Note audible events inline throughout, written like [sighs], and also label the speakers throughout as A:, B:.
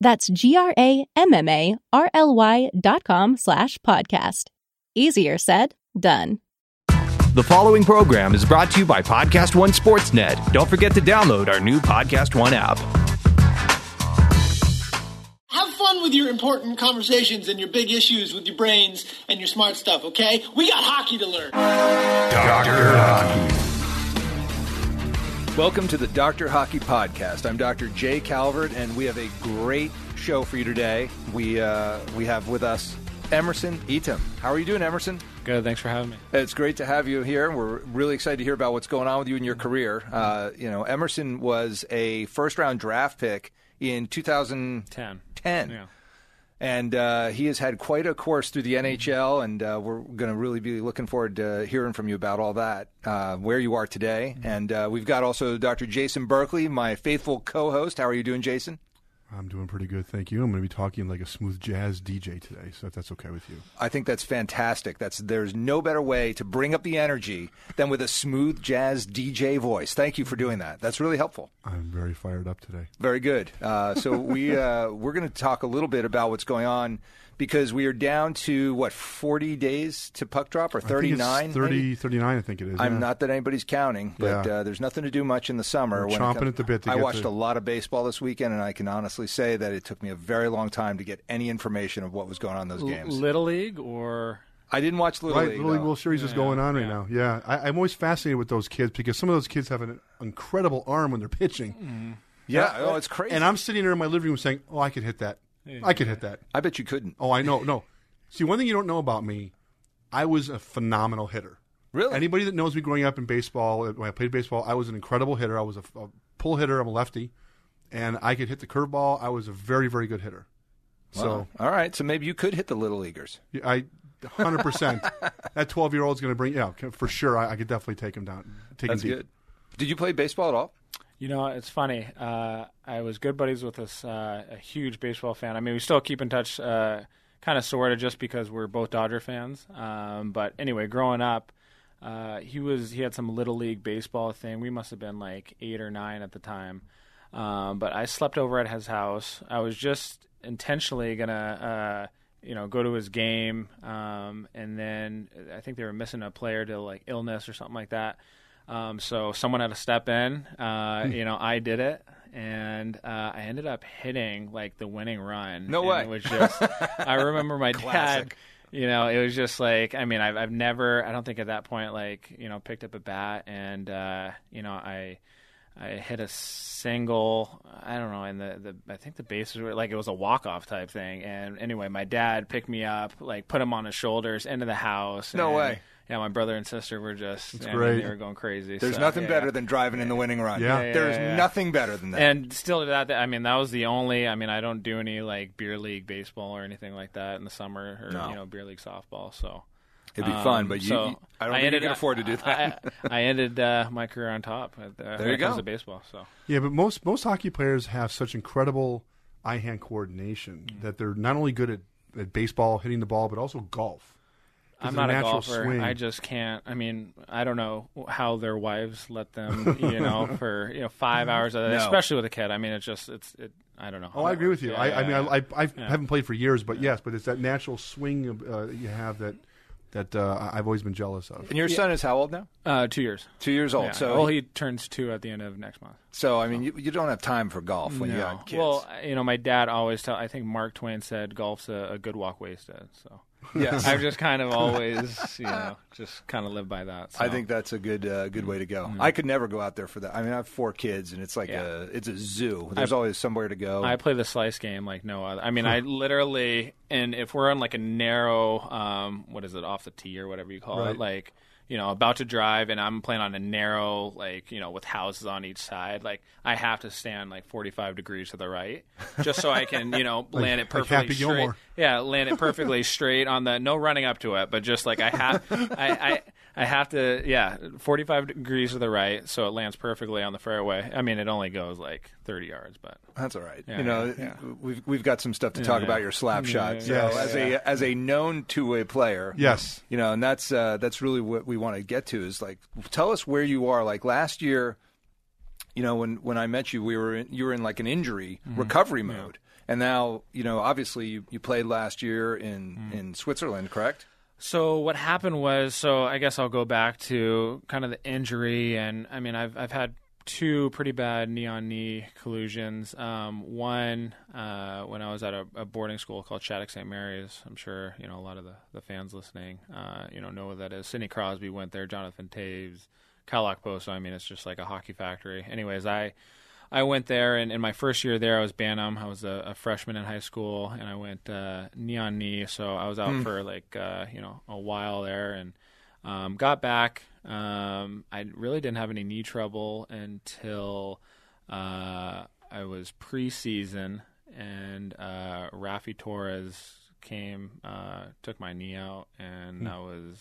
A: That's G R A M M A R L Y dot com slash podcast. Easier said, done.
B: The following program is brought to you by Podcast One Sportsnet. Don't forget to download our new Podcast One app.
C: Have fun with your important conversations and your big issues with your brains and your smart stuff, okay? We got hockey to learn.
D: Dr. Hockey.
E: Welcome to the Dr. Hockey Podcast. I'm Dr. Jay Calvert, and we have a great show for you today. We uh, we have with us Emerson Eatem. How are you doing, Emerson?
F: Good. Thanks for having me.
E: It's great to have you here. We're really excited to hear about what's going on with you in your career. Uh, you know, Emerson was a first round draft pick in 2010.
F: 10. Yeah.
E: And uh, he has had quite a course through the NHL, and uh, we're going to really be looking forward to hearing from you about all that, uh, where you are today. And uh, we've got also Dr. Jason Berkeley, my faithful co host. How are you doing, Jason?
D: I'm doing pretty good, thank you. I'm going to be talking like a smooth jazz DJ today, so if that's okay with you.
E: I think that's fantastic. That's There's no better way to bring up the energy than with a smooth jazz DJ voice. Thank you for doing that. That's really helpful.
D: I'm very fired up today.
E: Very good. Uh, so we uh, we're going to talk a little bit about what's going on because we are down to what 40 days to puck drop or
D: I think it's
E: 39.
D: 30, 39, I think it is.
E: I'm
D: yeah.
E: not that anybody's counting, but
D: Yeah.
E: uh, there's nothing to do much in the summer.
D: We're
E: when it
D: chomping
E: comes-
D: at the bit to
E: I
D: get
E: watched
D: the-
E: a lot of baseball this weekend, and I can honestly say that it took me a very long time to get any information of what was going on in those games.
F: Little League or
E: I didn't watch Little
D: Right,
E: League.
D: Little League
E: though.
D: World Series is going on right
F: yeah.
D: now. Yeah, I, I'm always fascinated with those kids because some of those kids have an incredible arm when they're pitching.
F: Mm.
E: yeah, oh, it's crazy.
D: And I'm sitting there in my living room saying, "Oh, I could hit that. I could hit that.
E: I bet you couldn't.
D: Oh, I know. No, see, one thing you don't know about me, I was a phenomenal hitter.
E: Really?
D: Anybody that knows me growing up in baseball, uh, when I played baseball, I was an incredible hitter. I was a, a pull hitter. I'm a lefty, and I could hit the curveball. I was a very, very good hitter. So
E: Wow. Oh. all right, so maybe you could hit the Little Leaguers.
D: yeah, I, hundred
F: [laughs]
D: percent, that twelve year old's going to bring. Yeah, for sure. I, I could definitely take him down. Take
E: That's
D: him deep.
E: good. Did you play baseball at all?
F: you know, it's funny. Uh, I was good buddies with this uh, a huge baseball fan. I mean, we still keep in touch, uh, kind of sort of, just because we're both Dodger fans. Um, but anyway, growing up, uh, he was he had some little league baseball thing. We must have been like eight or nine at the time. Um, but I slept over at his house. I was just intentionally gonna. Uh, you know, go to his game, um, and then I think they were missing a player to like illness or something like that. Um, so someone had to step in.
E: Hmm.
F: Uh, you know, I did it, and uh, I ended up hitting like the winning run.
E: No
F: And
E: way.
F: It was just. I
E: [laughs]
F: remember my dad.
E: Classic.
F: You know, it was just like I mean, I've I've never. I don't think at that point like you know picked up a bat and uh, you know I. I hit a single. I don't know, and the, the I think the bases were like it was a walk off type thing. And anyway, my dad picked me up, like put him on his shoulders into the house.
E: No
F: and,
E: way.
F: Yeah, my brother and sister were just I mean,
D: great.
F: they were going crazy.
E: There's
F: so,
E: nothing
F: yeah.
E: better than driving in the winning run.
D: Yeah. Yeah,
F: yeah,
E: There's
F: yeah.
E: nothing better than that.
F: And still to that, I mean, that was the only. I mean, I don't do any like beer league baseball or anything like that in the summer, or
E: No.
F: you know, beer league softball. So
E: It'd be
F: um,
E: fun, but you,
F: so
E: you- I uh, don't think you
F: ended-
E: can afford to do that.
F: [laughs] I, I ended uh, my career on top. Uh, when
E: you
F: it comes
E: go.
F: to baseball. So
D: Yeah, but most most hockey players have such incredible eye hand coordination
F: Mm.
D: that they're not only good at, at baseball, hitting the ball, but also golf. 'Cause
F: I'm
D: their
F: not a
D: natural
F: golfer.
D: swing-
F: I just can't. I mean, I don't know how their wives
E: [laughs]
F: let them, you know, for you know five hours, of,
E: No.
F: especially with a kid. I mean, it's just it's. It, I don't know.
D: Oh, I agree with you. I, I mean, I, I I've, haven't played for years, but yes, but it's that natural swing of, uh, you have that that uh, I- I've always been jealous of.
E: [laughs] and your son is how old now?
F: uh, two years.
E: Two years old.
F: Yeah.
E: So,
F: well, he turns two at the end of next month.
E: so I mean, you, you don't have time for golf when you
F: No.
E: have kids.
F: Well, you know, my dad always tell. I think Mark Twain said golf's a, a good walk wasted. So
E: Yes.
F: I've
E: [laughs]
F: just kind of always, you know, just kind of lived by that. So.
E: I think that's a good uh, good way to go. I could never go out there for that. I mean, I have four kids, and it's like
F: Yeah.
E: a it's a zoo. There's always somewhere to go.
F: I play the slice game like no other. I mean, I literally, and if we're on like a narrow, um, what is it, off the tee or whatever you call
D: Right.
F: it, like you know, about to drive, and I'm playing on a narrow, like you know, with houses on each side. Like I have to stand like 45 degrees to the right, just so I can you know land
D: [laughs]
F: it
D: like
F: perfectly
D: Happy
F: straight.
D: Gilmore.
F: Yeah, land
D: [laughs]
F: it perfectly straight on the no running up to it, but just like I have, I, I I have to yeah, forty five degrees to the right, so it lands perfectly on the fairway. I mean, it only goes like thirty yards, but
E: That's all right.
F: Yeah,
E: you know,
F: yeah,
E: we've we've got some stuff to talk about your slap shot. So
D: yeah,
E: as a as a known two way player,
D: Yes.
E: you know, and that's uh, that's really what we want to get to is like tell us where you are. Like last year, you know, when when I met you, we were in, you were in like an injury
D: Mm-hmm.
E: recovery mode, and now you know, obviously, you, you played last year in
D: Mm-hmm.
E: in Switzerland, correct?
F: So what happened was, so I guess I'll go back to kind of the injury, and I mean, I've I've had two pretty bad knee on knee collusions. Um, one uh, when I was at a, a boarding school called Shattuck St. Mary's. I'm sure you know a lot of the, the fans listening, uh, you know, know what that is. Sidney Crosby went there. Jonathan Taves, Kyle Lockbow. So I mean, it's just like a hockey factory. Anyways, I. I went there, and in my first year there, I was Bantam. I was a, a freshman in high school, and I went uh, knee on knee. So I was out for like uh, you know a while there, and um, got back. Um, I really didn't have any knee trouble until uh, I was preseason, and uh, Rafi Torres came, uh, took my knee out, and I was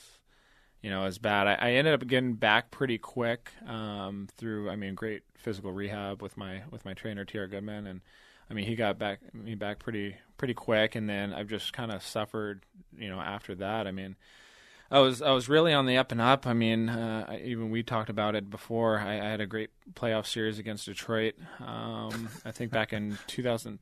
F: you know, it was bad. I, I ended up getting back pretty quick um, through, I mean, great physical rehab with my with my trainer T.R. Goodman, and I mean, he got back me back pretty pretty quick, and then I've just kind of suffered, you know, after that. I mean, I was I was really on the up and up. I mean, uh, I, even we talked about it before. I, I had a great playoff series against Detroit. Um, I think back in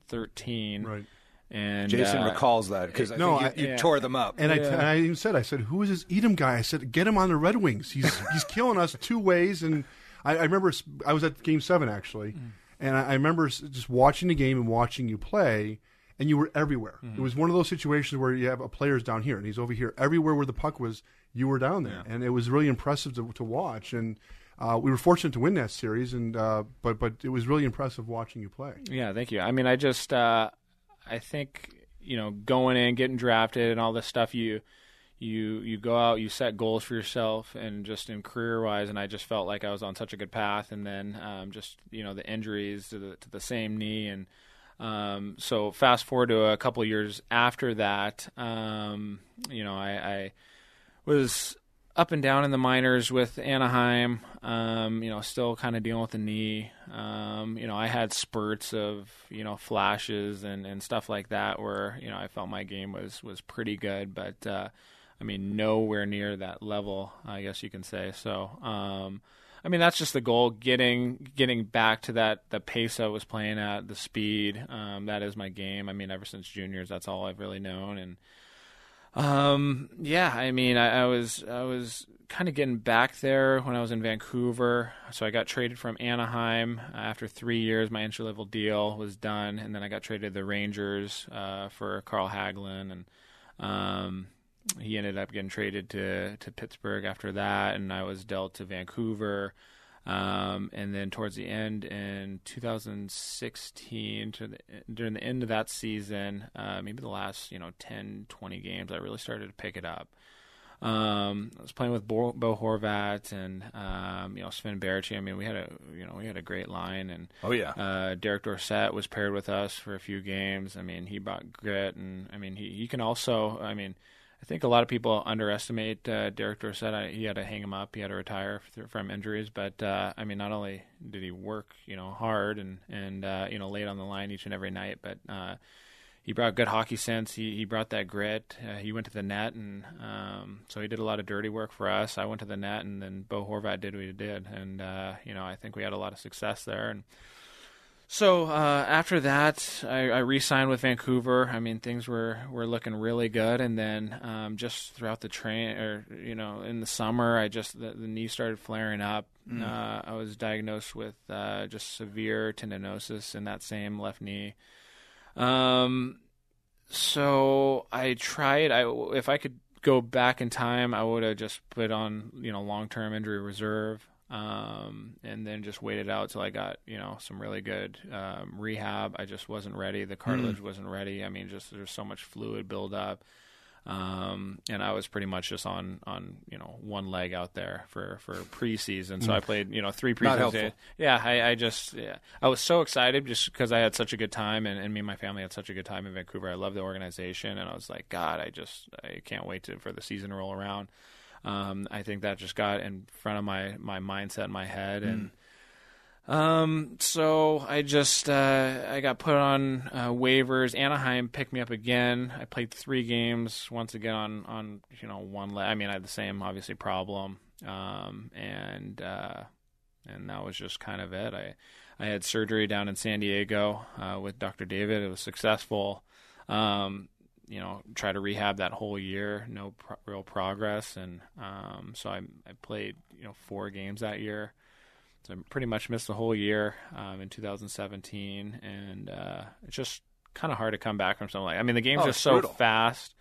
F: 2013,
D: Right.
F: And
E: Jason
F: uh,
E: recalls that because I
D: No,
E: think
D: I-
E: you, you
F: yeah.
E: tore them up.
D: And I, and I even said, I said, who is this Edom guy? I said, get him on the Red Wings. He's he's killing us two ways. And I, I remember s- I was at Game Seven actually, and I, I remember s- just watching the game and watching you play, and you were everywhere. It was one of those situations where you have a player's down here and he's over here. Everywhere where the puck was, you were down there, and it was really impressive to, to watch. And uh, we were fortunate to win that series, and uh, but but it was really impressive watching you play.
F: Yeah, thank you. I mean, I just uh, I think you know going in, getting drafted, and all this stuff. You you you go out, you set goals for yourself, and just in career wise. And I just felt like I was on such a good path, and then um, just you know the injuries to the to the same knee and. Um, so fast forward to a couple years after that, um, you know, I, I was up and down in the minors with Anaheim. Um, you know, still kind of dealing with the knee. Um, you know, I had spurts of you know flashes and, and stuff like that where you know I felt my game was was pretty good, but uh, I mean nowhere near that level. I guess you can say so. Um, I mean that's just the goal getting getting back to that the pace I was playing at the speed. Um, that is my game. I mean ever since juniors, that's all I've really known and. Um, yeah, I mean, I, I was I was kind of getting back there when I was in Vancouver. So I got traded from Anaheim after three years. My entry level deal was done, and then I got traded to the Rangers uh, for Carl Hagelin, and um, he ended up getting traded to to Pittsburgh after that, and I was dealt to Vancouver. Um, and then towards the end in 2016, to the, during the end of that season, uh, maybe the last you know 10, 20 games, I really started to pick it up. Um, I was playing with Bo, Bo Horvat and um, you know Sven Berchi. I mean, we had a you know we had a great line, and
E: Oh, yeah.
F: uh, Derek Dorsett was paired with us for a few games. I mean, he brought grit, and I mean he he can also. I mean, I think a lot of people underestimate uh, Derek Dorsett. I, he had to hang him up. He had to retire th- from injuries, but uh, I mean, not only did he work you know hard and and uh, you know laid on the line each and every night, but uh, he brought good hockey sense. He he brought that grit. Uh, he went to the net, and um, so he did a lot of dirty work for us. I went to the net, and then Bo Horvat did what he did, and uh, you know I think we had a lot of success there. And so uh, after that, I, I re-signed with Vancouver. I mean, things were, were looking really good, and then um, just throughout the train, or you know, in the summer, I just the, the knee started flaring up. Uh, I was diagnosed with uh, just severe tendinosis in that same left knee. Um, So I tried. I if I could go back in time, I would have just put on you know long term injury reserve, um, and then just waited out till I got you know some really good um, rehab. I just wasn't ready. The cartilage wasn't ready. I mean, just there's so much fluid buildup. Um, and I was pretty much just on, on, you know, one leg out there for, for preseason. So I played, you know, three
E: Mm. Not
F: preseason.
E: helpful.
F: days. Yeah, I, I just yeah. I was so excited just because I had such a good time, and, and me and my family had such a good time in Vancouver. I love the organization, and I was like, God, I just I can't wait to, for the season to roll around. Um, I think that just got in front of my my mindset, my head,
E: Mm.
F: and. Um, so I just uh, I got put on uh, waivers. Anaheim picked me up again. I played three games once again on on you know one leg. I mean, I had the same obviously problem. Um, and uh, and that was just kind of it. I I had surgery down in San Diego uh, with Dr. David. It was successful. Um, you know, try to rehab that whole year, no pro- real progress, and um, so I I played you know four games that year. So I pretty much missed the whole year um, in 2017, and uh, it's just kind of hard to come back from something like. I mean, the game's
E: Oh,
F: just
E: it's
F: so
E: brutal.
F: fast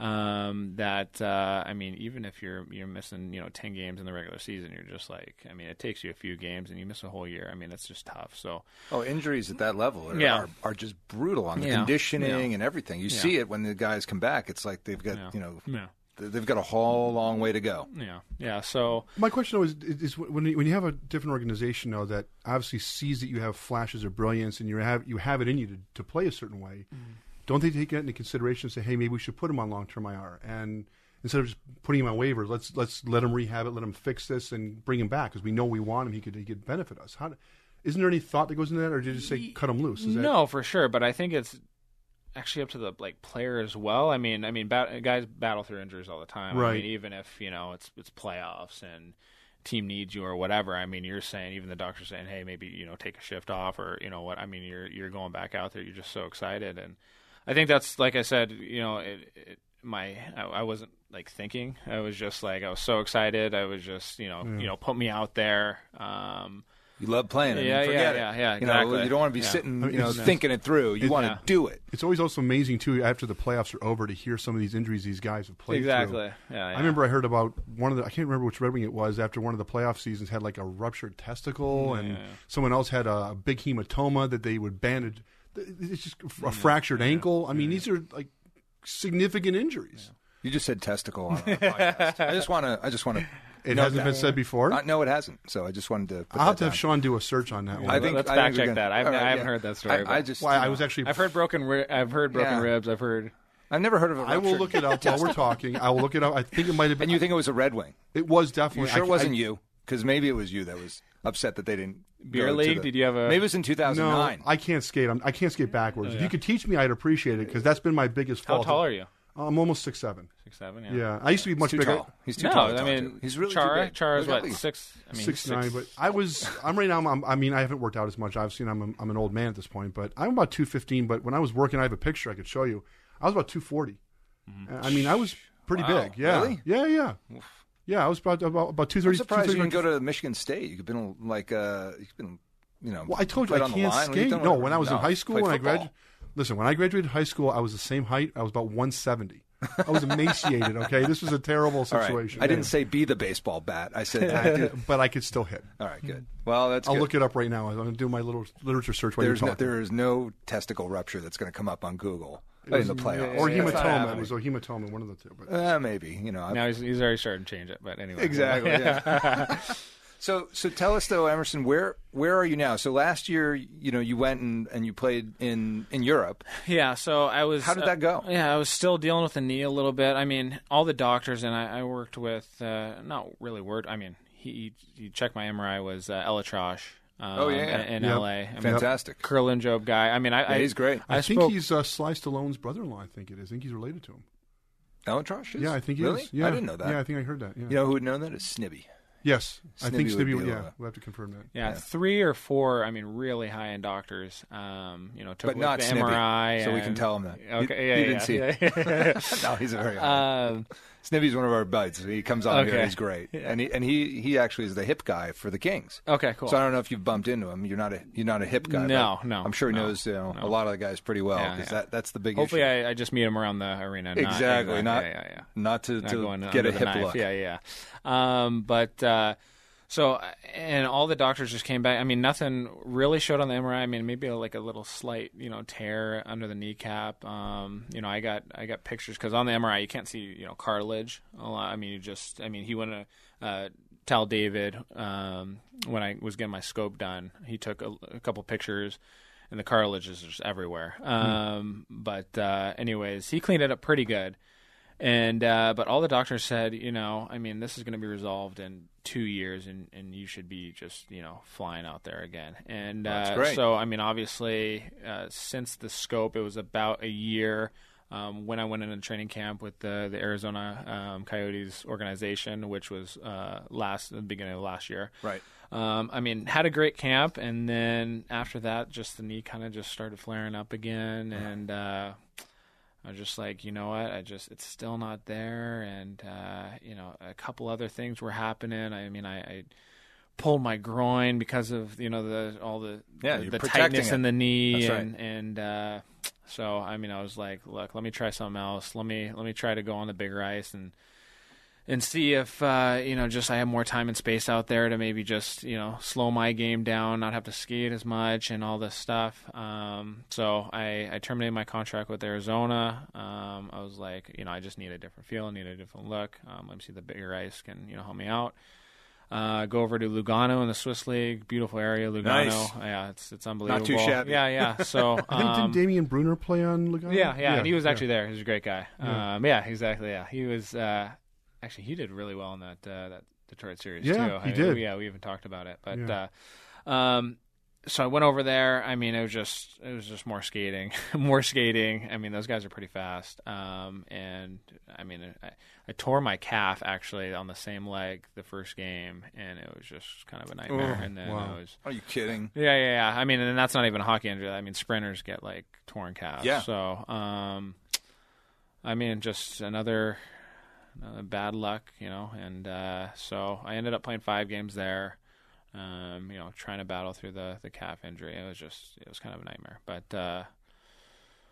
F: um, that uh, I mean, even if you're you're missing you know 10 games in the regular season, you're just like, I mean, it takes you a few games and you miss a whole year. I mean, it's just tough. So
E: Oh, injuries at that level are,
F: Yeah.
E: are, are just brutal on the
F: Yeah.
E: conditioning and everything. You see it when the guys come back. It's like they've got
F: Yeah.
E: you know
F: yeah,
E: th- they've got a whole long way to go.
F: yeah, yeah. So
D: My question always is, is when you, when you have a different organization now that obviously sees that you have flashes of brilliance and you have you have it in you to, to play a certain way,
F: Mm-hmm.
D: don't they take that into consideration and say, hey, maybe we should put him on long term IR and instead of just putting him on waivers, let's let's let him rehab it, let him fix this, and bring him back because we know we want him. He could he could benefit us. How do, isn't there any thought that goes into that, or did you just say cut him loose? Is that,
F: no, for sure. But I think it's actually up to the like player as well. I mean, I mean, bat- guys battle through injuries all the time. I
D: Right.
F: mean, even if you know it's it's playoffs and team needs you or whatever. I mean, you're saying even the doctor's saying, hey, maybe you know take a shift off or you know what. I mean, you're you're going back out there. You're just so excited, and I think that's like I said. You know, it, it my I, I wasn't like thinking. I was just like I was so excited. I was just you know you know put me out there. Um,
E: You love playing. it, and
F: Yeah, yeah,
E: forget it.
F: yeah, yeah,
E: You know,
F: exactly.
E: you don't want to be
F: Yeah. [laughs]
E: sitting,
D: mean,
E: you know,
D: it's-
E: thinking it through. You want to
F: yeah.
E: do it.
D: It's always also amazing too after the playoffs are over to hear some of these injuries these guys have played through.
F: exactly. Yeah,
E: uh,
F: yeah.
D: I remember I heard about one of the I can't remember which Red Wing it was after one of the playoff seasons had like a ruptured testicle
E: Mm,
D: and someone else had a big hematoma that they would bandage. It's just a fractured ankle. I mean, these are like significant injuries.
E: You just said testicle
F: [laughs]
E: on our podcast. I just want to. I just want to.
D: It hasn't been said before.
E: Uh, no, it hasn't. So I just wanted to. Put
D: I'll have
E: that
D: to have
E: down.
D: Sean do a search on that one.
E: I think
F: Let's
E: I think
F: fact
E: we're
F: check
E: gonna-
F: that. I've-
E: all
F: I haven't heard that story,
E: I, I
F: but-
E: just.
D: Why I was actually
F: I've heard broken. Ri- I've heard broken
E: Yeah.
F: ribs. I've heard.
E: I've never heard of. a
D: I will
E: ruptured-
D: look it up while we're talking. I will look it up. I think it might have been.
E: And you think it was a Red Wing?
D: it was
E: You
D: definitely.
E: sure
D: I-
E: it wasn't
D: I-
E: you? Because maybe it was you that was upset that they didn't.
F: Beer
E: go to
F: league?
E: the-
F: Did you have a-
E: Maybe it was in
D: No,
E: 2009.
D: I can't skate. I'm, I can't skate backwards.
E: Oh,
D: If you could teach me, I'd appreciate it because that's been my biggest
F: How
D: fault.
F: tall are you?
D: I'm almost six seven.
F: Six seven.
D: Yeah. I used to be much
E: He's too
D: bigger.
E: tall. He's too
F: no,
E: tall. to
F: I
E: talk
F: mean
E: to. he's really too
F: Chara.
E: big.
F: Chara's
E: Look at
F: what
E: Lee.
F: six? I mean
D: six nine, but I was I'm right now. I'm, I mean, I haven't worked out as much. Obviously, I'm I'm an old man at this point, but I'm about two fifteen. But when I was working, I have a picture I could show you. I was about two I mean, I was pretty
E: Mm-hmm. Wow.
D: big. Yeah,
E: Really?
D: yeah, yeah, yeah. I was about about about two
E: I'm
D: thirty.
E: surprised you didn't go to Michigan State. You've been like, uh, you've been, you know.
D: Well, I told you
E: played
D: I
E: on the
D: can't
E: line. What have you
D: skate.
E: done?
D: No, when I was in
E: No,
D: high school,
E: played
D: when I
E: football.
D: graduated, listen, when I graduated high school, I was the same height. I was about one seventy. I was emaciated. Okay, this was a terrible
E: All right.
D: situation.
E: I didn't say be the baseball bat.
D: [laughs]
E: I said. I did.
D: but I could still hit.
E: All right, good. Well, that's.
D: I'll
E: good.
D: look it up right now. I'm going to do my little literature search while
E: There's
D: you're
E: no,
D: talking.
E: there is no testicle rupture that's going to come up on Google in the playoffs.
D: or
F: Yeah, that's not
D: hematoma. It
F: happening.
D: was a hematoma, one of the two. But
E: Uh, maybe you know. I-
F: Now he's, he's already starting to change it, but anyway.
D: [laughs]
E: Exactly. yeah. so so tell us though, Emerson, where where are you now? So last year, you know, you went and, and you played in in Europe.
F: [laughs] Yeah. So I was. uh,
E: How did that go?
F: Yeah, I was still dealing with the knee a little bit. I mean, all the doctors and I, I worked with, uh, not really word. I mean, he he checked my MRI was uh, Elatrosh. Um,
E: Oh, yeah.
F: In, in
D: Yep.
F: LA. I mean,
E: Fantastic.
F: Curlin Job guy. I mean, I, I
E: he's great.
D: I,
F: I,
D: think
F: spoke,
D: he's uh, Sly Stallone's brother-in-law. I think it is. I think he's related to him.
E: Elatrosh is?
D: Yeah, I think he
E: really?
D: is. Yeah,
E: I didn't know that.
D: Yeah, I think I heard that. Yeah.
E: You know who would know that is Snibby.
D: yes, I think
E: Snibby would
D: Snibby.
E: be
D: Would,
E: the-
D: yeah, we'll have to confirm that.
F: Yeah, three or four. I mean, really high end doctors. Um, you know, took
E: But not
F: the
E: Snippy,
F: MRI,
E: so we
F: and-
E: can tell him that. You-
F: Okay, yeah,
E: you
F: yeah,
E: [laughs] didn't see
F: yeah.
E: no, he's a very.
F: [laughs] Um,
E: Snivvy's one of our buds. He comes on here.
F: Okay.
E: He's great, and he and he he actually is the hip guy for the Kings.
F: Okay, cool.
E: So I don't know if you've bumped into him. You're not a you're not a hip guy.
F: No,
E: but
F: no,
E: I'm sure he
F: no,
E: knows you know,
F: no.
E: a lot of the guys pretty well.
F: Yeah,
E: 'cause
F: yeah.
E: That that's the big
F: Hopefully,
E: issue.
F: I, I just meet him around the arena. Not,
E: exactly. Not
F: yeah, yeah, yeah.
E: not to,
F: Not
E: to
F: going
E: get
F: under
E: a
F: the
E: hip
F: knife.
E: look.
F: Yeah, yeah. Um, but uh, so and all the doctors just came back. I mean, nothing really showed on the MRI. I mean, maybe like a little slight, you know, tear under the kneecap. Um, you know, I got I got pictures because on the MRI you can't see you know cartilage a lot. I mean, you just I mean he went to. Uh, Tell David um, when I was getting my scope done, he took a, a couple pictures and the cartilage is just everywhere.
E: Hmm.
F: Um, But uh, anyways, he cleaned it up pretty good. And uh, but all the doctors said, you know, I mean, this is going to be resolved in two years, and, and you should be just you know flying out there again. And
E: that's
F: uh,
E: great.
F: so I mean, obviously, uh, since the scope, it was about a year. Um, when I went into training camp with the, the Arizona um, Coyotes organization, which was uh, last the beginning of last year,
E: Right.
F: um, I mean, had a great camp, and then after that, just the knee kind of just started flaring up again,
E: Uh-huh.
F: and uh, I was just like, you know what, I just it's still not there, and uh, you know, a couple other things were happening. I mean, I, I pulled my groin because of you know the all the
E: Yeah,
F: the,
E: you're
F: the
E: protecting
F: tightness
E: it.
F: in the knee,
E: That's
F: and and uh, so I mean, I was like, look, let me try something else. Let me let me try to go on the bigger ice and and see if uh, you know just I have more time and space out there to maybe just you know slow my game down, not have to skate as much and all this stuff. Um, so I, I terminated my contract with Arizona. Um, I was like, you know, I just need a different feel, I need a different look. Um, let me see if the bigger ice can you know help me out. Uh, go over to Lugano in the Swiss League, beautiful area, Lugano.
E: Nice.
F: Yeah, it's it's unbelievable.
E: Not too shabby.
F: Yeah, yeah.
E: [laughs]
F: So
D: I think
F: um,
D: didn't Damian Bruner play on Lugano?
F: yeah, yeah, and he was actually there. He was a great guy. Yeah, um, yeah exactly. Yeah, he was. Uh, actually, he did really well in that uh, that Detroit series
D: Yeah,
F: too.
D: he
F: I-
D: did.
F: Yeah, we haven't talked about it, but
D: Yeah.
F: uh, um, so I went over there. I mean, it was just it was just more skating, [laughs] more skating. I mean, those guys are pretty fast. Um, and I mean, I, I tore my calf actually on the same leg the first game, and it was just kind of a nightmare. and then
D: Oh, wow.
F: I was
E: Are you kidding?
F: yeah, yeah, yeah. I mean, and that's not even a hockey injury. I mean, sprinters get like torn calves.
E: Yeah.
F: So, um, I mean, just another, another bad luck, you know. And uh, so I ended up playing five games there. Um, you know, trying to battle through the the calf injury. It was just, it was kind of a nightmare. But uh,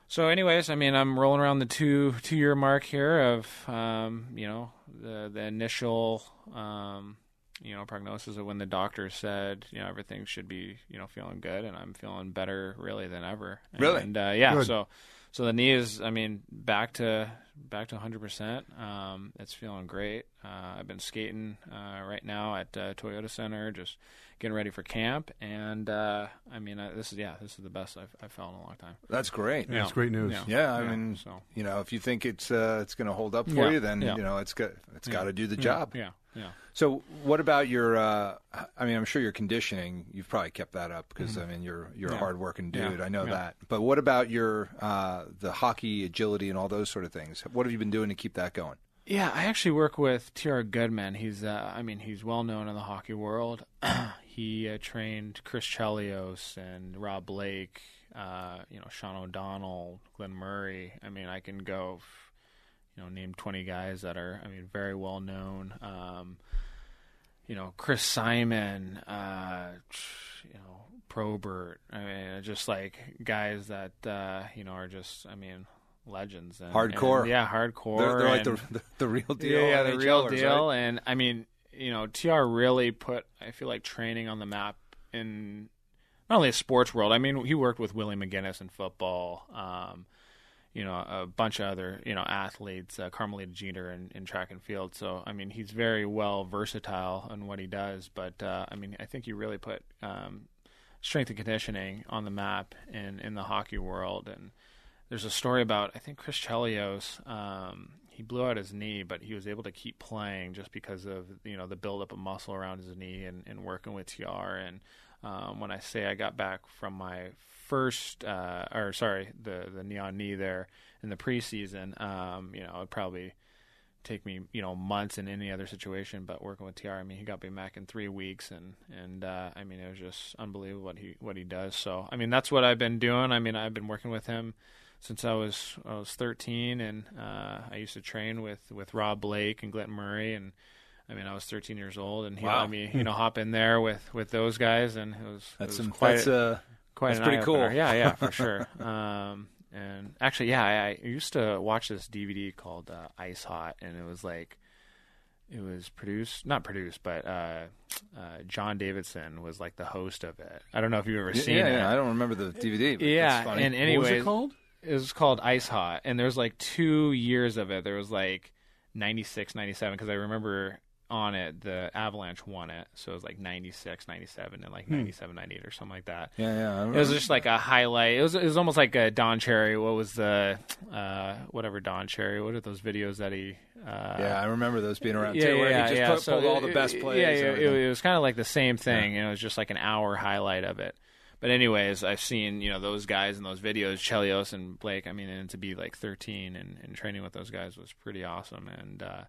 F: so, anyways, I mean, I'm rolling around the two two year mark here of um, you know the the initial um, you know prognosis of when the doctor said you know everything should be you know feeling good, and I'm feeling better really than ever.
E: Really?
F: and uh, yeah.
D: Good.
F: So, so the knee is, I mean, back to back to 100. percent um, It's feeling great. Uh, I've been skating uh, right now at uh, Toyota Center, just getting ready for camp, and uh, I mean, I, this is yeah, this is the best I've, I've felt in a long time.
E: That's great.
D: That's great news.
E: Yeah, I mean,
F: so.
E: you know, if you think it's uh, it's going to hold up for
F: Yeah,
E: you, then
F: yeah.
E: you know it's got it's got to do the job.
F: Yeah, yeah.
E: So, what about your? Uh, I mean, I'm sure your conditioning. You've probably kept that up because
F: Mm-hmm.
E: I mean, you're you're a hardworking dude. I know that. But what about your uh, the hockey agility and all those sort of things? What have you been doing to keep that going?
F: Yeah, I actually work with T.R. Goodman. He's, uh, I mean, he's well known in the hockey world. [clears throat] he uh, trained Chris Chelios and Rob Blake, uh, you know, Sean O'Donnell, Glenn Murray. I mean, I can go, f- you know, name 20 guys that are, I mean, very well known. Um, you know, Chris Simon, uh, you know, Probert. I mean, just like guys that, uh, you know, are just, I mean, legends. And,
E: Hardcore.
F: and- yeah, hardcore.
E: They're, they're like
F: and-
E: the, the the real deal.
F: yeah, yeah, the real
E: NHLers, right?
F: deal. And I mean, you know, TR really put I feel like training on the map in not only the sports world. I mean, he worked with Willie McGinnis in football. Um, you know, a bunch of other you know athletes, uh, Carmelita Jeter in, in track and field. So I mean, he's very well versatile in what he does. But uh, I mean, I think he really put um, strength and conditioning on the map in in the hockey world. And there's a story about I think Chris Chelios. Um, he blew out his knee, but he was able to keep playing just because of you know the buildup of muscle around his knee and, and working with TR. And um, when I say I got back from my first, uh, or sorry, the the neon knee there in the preseason, um, you know, it probably take me you know months in any other situation but working with TR I mean he got me back in 3 weeks and and uh, I mean it was just unbelievable what he what he does so I mean that's what I've been doing I mean I've been working with him since I was I was 13, and uh, I used to train with with Rob Blake and Glenn Murray, and I mean I was 13 years old, and he
E: Wow.
F: let me you know hop in there with with those guys, and it was it
E: That's
F: was
E: some,
F: quite
E: that's uh,
F: quite
E: That's
F: an
E: pretty
F: eye-opener.
E: cool.
F: Yeah,
E: [laughs]
F: yeah, for sure. Um, and actually, yeah, I, I used to watch this DVD called uh, Ice Hot, and it was like, it was produced, not produced, but uh, uh, John Davidson was like the host of it. I don't know if you've ever
E: yeah,
F: seen
E: yeah,
F: it.
E: I don't remember the DVD. But
F: Yeah,
E: it's funny.
F: and
E: What was
F: anyways,
E: it called?
F: it was called Ice Hot, and there's like two years of it. There was like 96, 97, because I remember on it the Avalanche won it, so it was like 96, 97, and like
E: Hmm.
F: 97, 98 or something like that.
E: Yeah, yeah. I
F: It was
E: remember.
F: just like a highlight. It was it was almost like a Don Cherry. What was the uh, whatever Don Cherry? What are those videos that he? Uh,
E: yeah, I remember those being around
F: yeah,
E: too. Where
F: yeah,
E: he just
F: yeah.
E: put,
F: So
E: pulled all
F: it-
E: the best
F: it-
E: plays.
F: Yeah,
E: and
F: yeah. It,
E: everything.
F: it was kind of like the same thing. You know, it was just like an hour highlight of it. But anyways, I've seen you know those guys in those videos, Chelios and Blake. I mean, and to be like 13 and, and training with those guys was pretty awesome. And uh,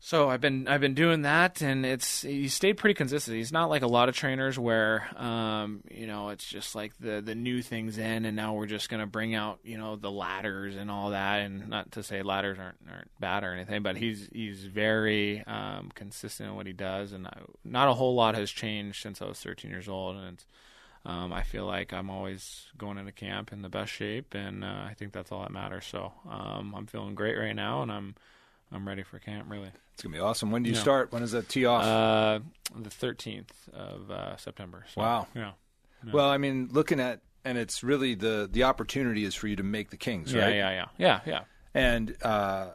F: so I've been I've been doing that, and it's he stayed pretty consistent. He's not like a lot of trainers where um, you know it's just like the the new things in, and now we're just gonna bring out you know the ladders and all that. And not to say ladders aren't aren't bad or anything, but he's he's very um, consistent in what he does, and I, not a whole lot has changed since I was 13 years old, and it's. Um, I feel like I'm always going into camp in the best shape, and uh, I think that's all that matters. So um, I'm feeling great right now, and I'm I'm ready for camp really.
E: It's gonna be awesome. When do you
F: Yeah.
E: start? When does that tee off?
F: Uh, the thirteenth of uh, September. So,
E: Wow.
F: Yeah.
E: Well, I mean, looking at and it's really the the opportunity is for you to make the Kings,
F: Yeah,
E: right?
F: yeah, yeah, yeah, yeah.
E: And uh,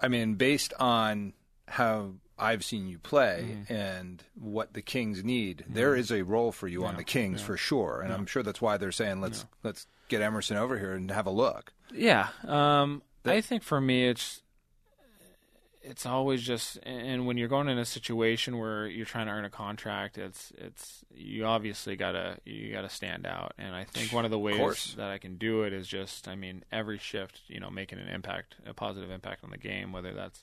E: I mean, based on how I've seen you play and what the Kings need, there is a role for you on the Kings for sure. And I'm sure that's why they're saying let's let's get Emerson over here and have a look.
F: Yeah. Um, I think for me, it's it's always just, and when you're going in a situation where you're trying to earn a contract, it's it's you obviously gotta you gotta stand out. And I think one of the
E: course.
F: ways that I can do it is just, I mean, every shift, you know, making an impact, a positive impact on the game, whether that's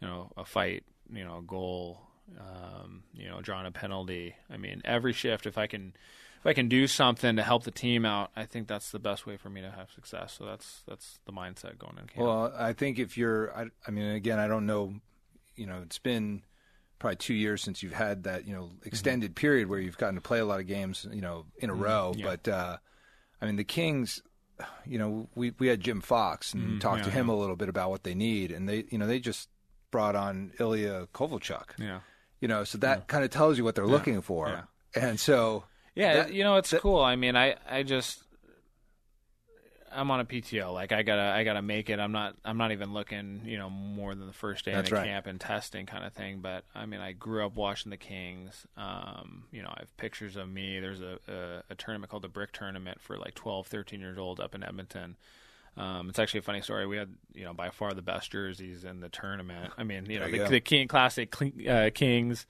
F: you know a fight, you know, a goal, um, you know, drawing a penalty. I mean, every shift, if I can. If I can do something to help the team out, I think that's the best way for me to have success. So that's that's the mindset going in camp.
E: Well, I think if you're, I, I mean, again, I don't know, you know, it's been probably two years since you've had that, you know,
F: Mm-hmm.
E: extended period where you've gotten to play a lot of games, you know, in a row. But, uh, I mean, the Kings, you know, we, we had Jim Fox and
F: Mm-hmm.
E: talked to him a little bit about what they need. And they, you know, they just brought on Ilya Kovalchuk,
F: yeah.
E: you know, so that kind of tells you what they're looking for.
F: Yeah.
E: And so,
F: Yeah,
E: That-
F: you know it's
E: that-
F: cool. I mean, I I just I'm on a PTO. Like I gotta I gotta make it. I'm not I'm not even looking you know more than the first day
E: That's
F: in the
E: right.
F: camp and testing kind of thing. But I mean, I grew up watching the Kings. Um, you know, I have pictures of me. There's a, a a tournament called the Brick Tournament for like 12, 13 years old up in Edmonton. Um, it's actually a funny story. We had, you know, by far the best jerseys in the tournament. I mean, you know,
E: There you
F: the,
E: go.
F: the King Classic Cl- uh, Kings,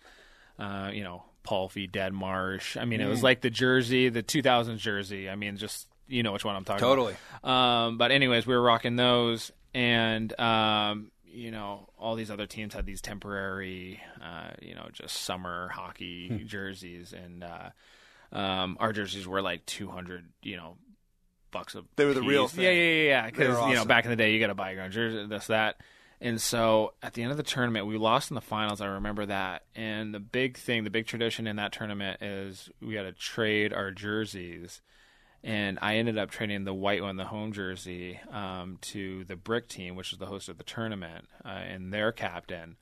F: uh, you know, Paul V. Dead Marsh. I mean, it
E: Mm.
F: was like the jersey, the 2000s jersey. I mean, just you know which one I'm talking
E: Totally.
F: about. Totally. Um, but anyways, we were rocking those, and um, you know, all these other teams had these temporary, uh, you know, just summer hockey
E: Hmm.
F: jerseys, and uh, um, our jerseys were like 200, you know, bucks a.
E: They were the
F: piece.
E: real thing.
F: Yeah, yeah, yeah, yeah. Because
E: They were
F: you know,
E: awesome.
F: back in the day, you got to buy your own jersey, this, that. And so at the end of the tournament, we lost in the finals. I remember that. And the big thing, the big tradition in that tournament is we had to trade our jerseys. And I ended up trading the white one, the home jersey, um, to the Brick team, which is the host of the tournament, uh, and their captain.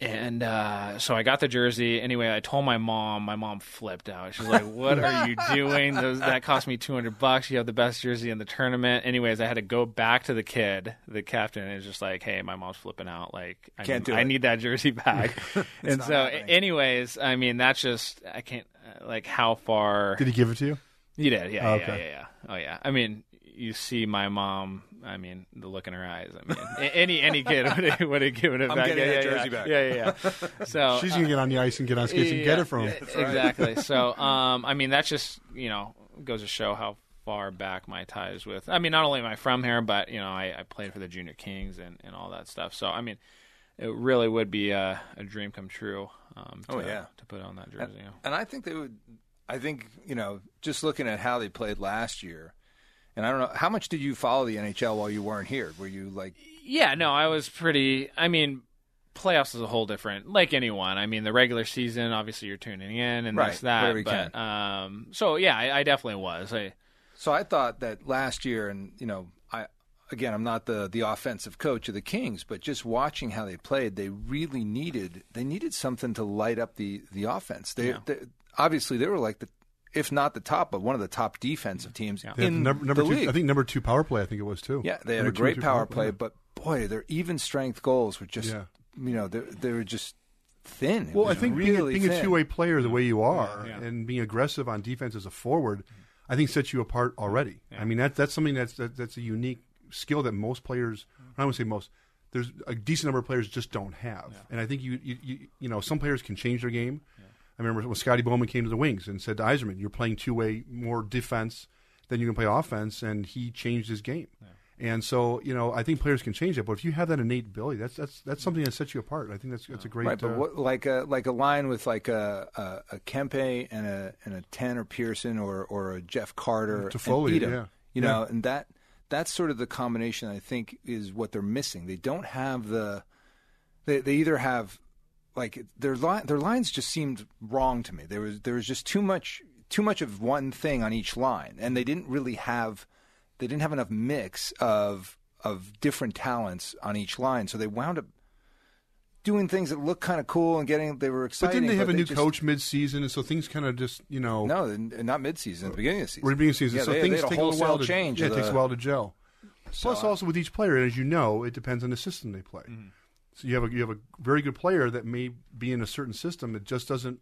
F: And uh, so I got the jersey. Anyway, I told my mom. My mom flipped out. She's like, "What are you doing? Those, that cost me two hundred bucks. You have the best jersey in the tournament." Anyways, I had to go back to the kid, the captain, and it's just like, "Hey, my mom's flipping out. Like, I,
E: Can't do
F: I
E: it.
F: need that
E: [laughs]
F: jersey back." and so, anyways, I mean, that's just I can't uh, like how far
D: Did he give it to you?
F: you did, yeah,
D: Oh,
F: yeah,
D: okay.
F: yeah, yeah. Oh yeah. I mean, you see my mom. I mean, the look in her eyes. I mean, a- any any kid would have, would have given it
E: I'm
F: back.
E: getting
F: yeah,
E: that
F: yeah,
E: jersey
F: yeah.
E: back.
F: Yeah, yeah,
E: [laughs]
F: yeah.
E: Uh,
F: So uh,
D: She's gonna get on the ice and get on skates and get it from him.
F: yeah,
E: [laughs]
F: exactly. so, um, I mean, that's just you know goes to show how far back my ties with. I mean, not only am I from here, but you know, I, I played for the Junior Kings and, and all that stuff. So, I mean, it really would be a, a dream come true. Um, to,
E: Oh, yeah.
F: to put on that jersey. yeah.
E: And I think they would. I think you know, just looking at how they played last year, And I don't know how much did you follow the NHL while you weren't here? Were you like
F: Yeah, no, I was pretty. I mean, playoffs is a whole different, like anyone. I mean, the regular season, obviously, you're tuning in and
E: Right,
F: this that.
E: whatever you
F: but um, so yeah, I, I definitely was. I,
E: So I thought that last year, and you know, I again, I'm not the the offensive coach of the Kings, but just watching how they played, they really needed they needed something to light up the the offense. They, they obviously they were like the if not the top, but one of the top defensive teams
D: They had
E: in
D: number,
E: the
D: number two,
E: league.
D: I think number two power play. I think it was too.
E: yeah, they had a
D: Number two,
E: great
D: two
E: power play,
D: yeah.
E: but boy, their even strength goals were just
D: Yeah.
E: you know they they were just thin. It
D: Well, I
E: was
D: think being a-
E: really
D: being, a
E: thin.
D: two way player the way you are
F: yeah.
D: and being aggressive on defense as a forward, I think sets you apart already. I mean that that's something that's that, that's a unique skill that most players. I would say most. There's a decent number of players just don't have, and I think you you you, you know some players can change their game. I remember when Scotty Bowman came to the Wings and said to Eiserman, "You're playing two way more defense than you can play offense," and he changed his game. And so, you know, I think players can change that, but if you have that innate ability, that's that's that's something that sets you apart. I think that's that's a great.
E: Right, but
D: uh,
E: what, like a like a line with like a a, a Kempe and a and a Ten or Pearson or or a Jeff Carter
D: Toffoli,
E: and Edom,
D: yeah.
E: you know, and that that's sort of the combination I think is what they're missing. They don't have the they they either have like their line their lines just seemed wrong to me. There was there was just too much too much of one thing on each line, and they didn't really have they didn't have enough mix of of different talents on each line, so they wound up doing things that looked kind of cool and getting they were
D: But
E: exciting.
D: didn't they have a new
E: just-
D: coach mid-season, and so things kind of just you know
E: No, they- not midseason, at the beginning of the season.
D: we're being season,
E: Yeah,
D: so
E: they,
D: things
E: they had a
D: take a little
E: wholesale
D: while to
E: change.
D: Yeah,
E: of
D: it takes a
E: the-
D: while to gel. Plus,
E: I- Mm-hmm.
D: also with each player, as you know, it depends on the system they play. So you have a you have a very good player that may be in a certain system that just doesn't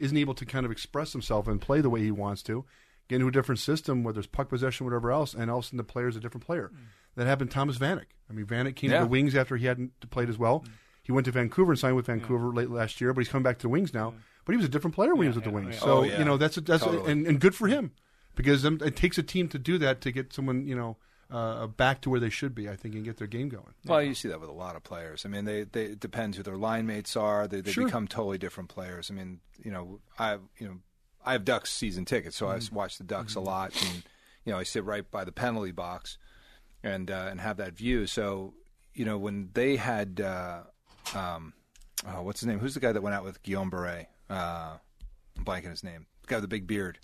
D: isn't able to kind of express himself and play the way he wants to. Get into a different system where there's puck possession, whatever else, and all of a sudden the player's a different player. That happened to Thomas Vanek. I mean, Vanek came
E: Mm. Yeah. Mm.
D: to the Wings after he hadn't played as well. He went to Vancouver and signed with Vancouver late last year, but he's coming back to the Wings now. But he was a different player when he was at the Wings. So
E: Oh, Mm. yeah.
D: you know that's a, that's a-
E: Totally.
D: and, and good for him because um, it takes a team to do that to get someone you know uh, back to where they should be. I think and get their game going.
E: Well, you see that with a lot of players. I mean, they, they it depends who their line mates are. They, they
D: Sure.
E: become totally different players. I mean, you know, I you know, I have Ducks season tickets, so I watch the Ducks a lot, and you know, I sit right by the penalty box, and uh, and have that view. So, you know, when they had, uh, um, oh, what's his name? Who's the guy that went out with Guillaume Barre? Uh, I'm blanking his name. The guy with the big beard.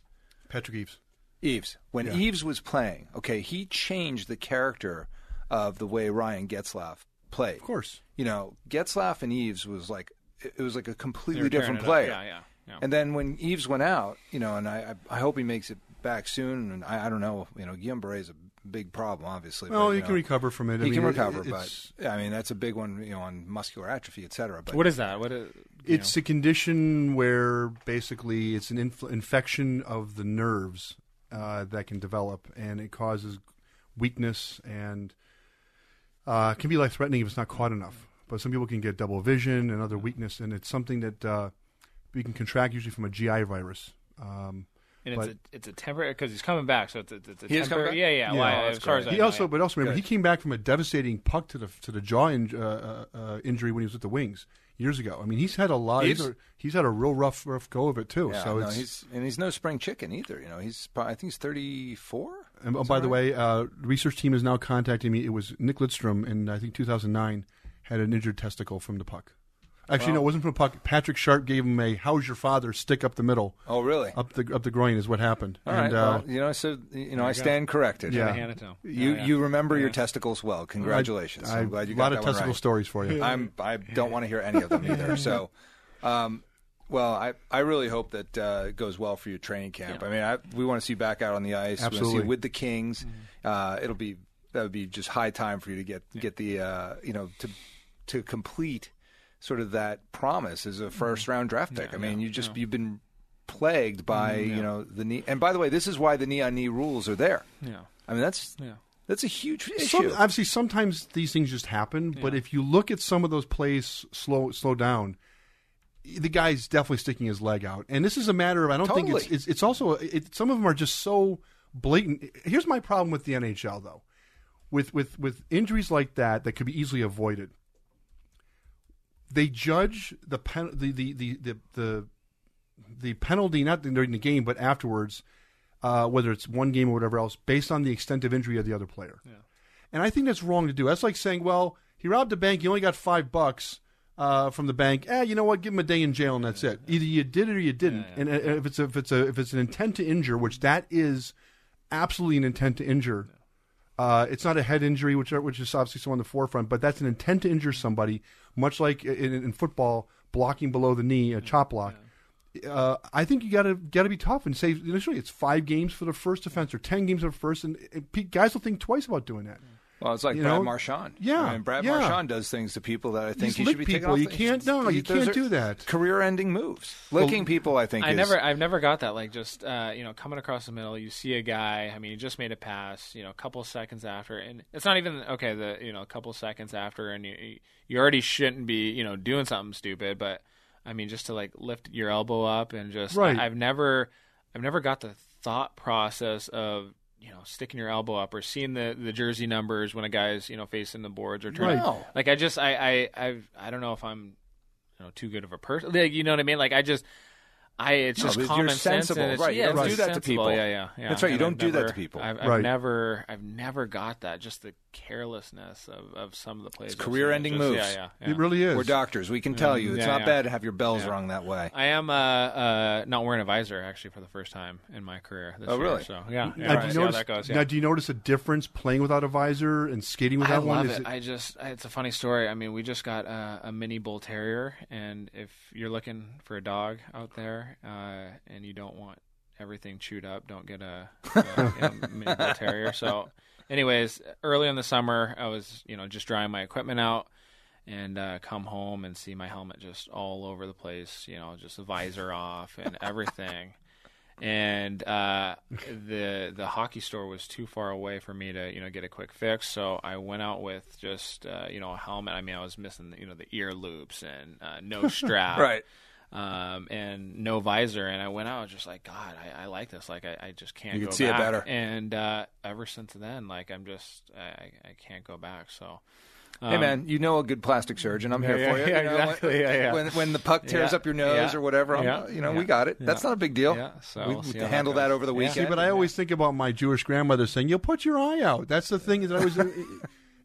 D: Patrick Eves.
E: Eves. When Eves was playing, okay, he changed the character of the way Ryan Getzlaff played.
D: Of course.
E: You know, Getzlaff and Eves was like it it was like a
F: they
E: completely
F: were tearing
E: different
F: it up.
E: player.
F: Yeah, yeah. yeah.
E: And then when Eves went out, you know, and I I I hope he makes it back soon. And I, I don't know, you know, Guillaume Barre is a big problem, obviously.
D: Well,
E: but,
D: you,
E: know,
D: can recover from it.
E: He
D: I mean,
E: can
D: it-
E: recover,
D: it's,
E: but I mean that's a big one, you know, on muscular atrophy, et cetera. But
F: what is that? What is, you
D: it's a condition where basically it's an inf- infection of the nerves uh, that can develop, and it causes weakness and uh, can be life threatening if it's not caught enough. But some people can get double vision and other weakness, and it's something that uh, you can contract usually from a GI virus. Um,
F: know, and it's a it's a temporary because he's coming back, so it's a, it's a
E: He is coming
F: temporary.
E: back?
F: Yeah,
D: Yeah.
F: yeah. well,
D: Oh,
F: I-
E: that's
F: as far as
E: great.
F: I
D: He
F: know,
D: also,
F: yeah.
D: but also remember, he
E: Good.
D: came back from a devastating puck to the to the jaw in, uh, uh, uh, injury when he was with the Wings years ago. I mean, he's had a lot. He's,
E: He's-
D: a- he's had a real rough rough go of it too.
E: Yeah,
D: so
E: no,
D: it's
E: he's and he's no spring chicken either. You know, he's pro- I think he's thirty four.
D: and, oh, by the way, uh, research team is now contacting me. It was Nick Lidstrom in I think 2009 had an injured testicle from the puck. Actually, no, it wasn't from a puck. Patrick Sharp gave him a "How's your father?" stick up the middle,
E: Oh, really?
D: up the up the groin is what happened.
E: All right.
D: and uh,
E: well, you know, so you know, I stand corrected.
D: Yeah.
F: Hannah Town.
E: You
F: Yeah, yeah.
E: you remember your testicles well. Congratulations.
D: I-
E: I, am glad you
D: a
E: got
D: lot
E: that
D: of
E: one
D: testicle
E: right.
D: stories for
E: [laughs]
D: you.
E: I'm I don't want to hear any of them
D: [laughs]
E: either. So, um, well, I, I really hope that uh, it goes well for your training camp. I mean, I, we want to see you back out on the ice. We want to see
D: Absolutely. Mm-hmm.
E: you with the Kings. Uh, it'll be that would be just high time for you to get get the uh, you know to to complete sort of that promise as a first
D: Mm-hmm.
E: round draft pick. I mean, you just you've been plagued by
D: Mm-hmm,
E: you know the knee. And by the way, this is why the knee on knee rules are there.
F: Yeah.
E: I mean, that's
F: Yeah.
E: that's a huge
D: Some-
E: issue.
D: obviously, sometimes these things just happen. But if you look at some of those plays slow slow down, the guy's definitely sticking his leg out. And this is a matter of I don't think it's
E: Totally.
D: it's, it's also it, some of them are just so blatant. Here's my problem with the NHL though, with with with injuries like that that could be easily avoided. They judge the pen, the, the, the, the the the penalty not during the game but afterwards uh, whether it's one game or whatever else, based on the extent of injury of the other player. And I think that's wrong to do. That's like saying, well, he robbed a bank, you only got five bucks uh, from the bank. Eh, you know what? Give him a day in jail, and that's it. Either you did it or you didn't. And uh, if it's a, if it's a, if it's an intent to injure, which that is absolutely an intent to injure. Uh, it's not a head injury, which are, which is obviously so on the forefront, but that's an intent to injure somebody, much like in, in football, blocking below the knee, a chop block. Uh, I think you gotta gotta be tough and say initially it's five games for the first offense or ten games for the first, and, and pe- guys will think twice about doing that.
E: Well, it's like
D: You
E: Brad
D: know?
E: Marchand.
D: Yeah,
E: I mean, Brad
D: yeah.
E: Marchand does things to people that I think
D: Just
E: he
D: lick
E: should be taking
D: people.
E: off.
D: You
E: the-
D: can't- no, no, you
E: Those
D: can't
E: are
D: do that.
E: Career-ending moves. Licking people, I think.
F: I
E: is,
F: never, I've never got that. Like just, uh, you know, coming across the middle, you see a guy. I mean, he just made a pass. You know, a couple seconds after, and it's not even okay. The you know, a couple seconds after, and you you already shouldn't be you know doing something stupid. But I mean, just to like lift your elbow up and just,
D: Right.
F: I, have never, I've never got the thought process of you know sticking your elbow up or seeing the the jersey numbers when a guy's you know facing the boards or turning.
D: Right.
E: No.
F: Like I just, I, I, I've, I don't know if I'm you know, too good of a person. Like, you know what I mean? Like, I just, I, it's
E: No,
F: just
E: but you're
F: common sense.
E: sensible,
F: And it's,
E: right,
F: Yeah,
E: you
F: it's
E: don't
F: just
E: do that to
F: sensible.
E: people.
F: Yeah, yeah, yeah.
E: That's right, you
F: And
E: don't
F: I've
E: do that to
F: never-
E: people.
F: I've, I've
D: Right.
F: never, I've never got that. Just the carelessness of, of some of the plays. I've seen.
E: career-ending
F: Just-
E: moves.
F: Yeah, yeah,
D: It
F: yeah.
D: really is.
E: We're doctors. We can tell you it's
F: Mm, Yeah,
E: not
F: yeah.
E: bad to have your bells rung that way.
F: I am uh, uh, not wearing a visor actually for the first time in my career. This
E: Oh,
F: year,
E: really?
F: So yeah, yeah
D: Now, do
F: we'll
D: you
F: see how
D: notice,
F: that goes. Yeah.
D: now, do you notice a difference playing without a visor and skating without
F: I
D: one?
F: love
D: Is
F: it. I just I- it's a funny story. I mean, we just got a, a mini bull terrier, and if you're looking for a dog out there, uh, and you don't want everything chewed up, don't get a, a you know, mini bull terrier. So, anyways, early in the summer, I was you know just drying my equipment out. And uh, come home and see my helmet just all over the place, you know, just the visor
E: [laughs]
F: off and everything and uh, the the hockey store was too far away for me to you know get a quick fix. So I went out with just uh, you know a helmet. I mean, I was missing you know the ear loops and uh,
E: [laughs]
F: no strap,
E: Right.
F: Um, and no visor. And I went out just like God, I, I like this. Like I, I just can't.
E: You
F: go
E: can see it
F: back.
E: better.
F: And uh, ever since then, like I'm just I, I I can't go back. So
E: hey, man, you know a good plastic surgeon. I'm here
F: Um, yeah,
E: for you.
F: yeah,
E: you know, when-
F: exactly. Yeah, yeah.
E: When, when the puck tears
F: Yeah,
E: up your nose
F: yeah,
E: or whatever, I'm,
F: yeah,
E: you know,
F: yeah,
E: we got it. That's not a big deal.
F: Yeah, so
E: we
F: we'll see
E: we
F: how that
E: handle that,
F: goes.
E: over the
F: Yeah.
E: weekend.
D: See, but I always think about my Jewish grandmother saying, "You'll put your eye out." That's the thing that I always, [laughs]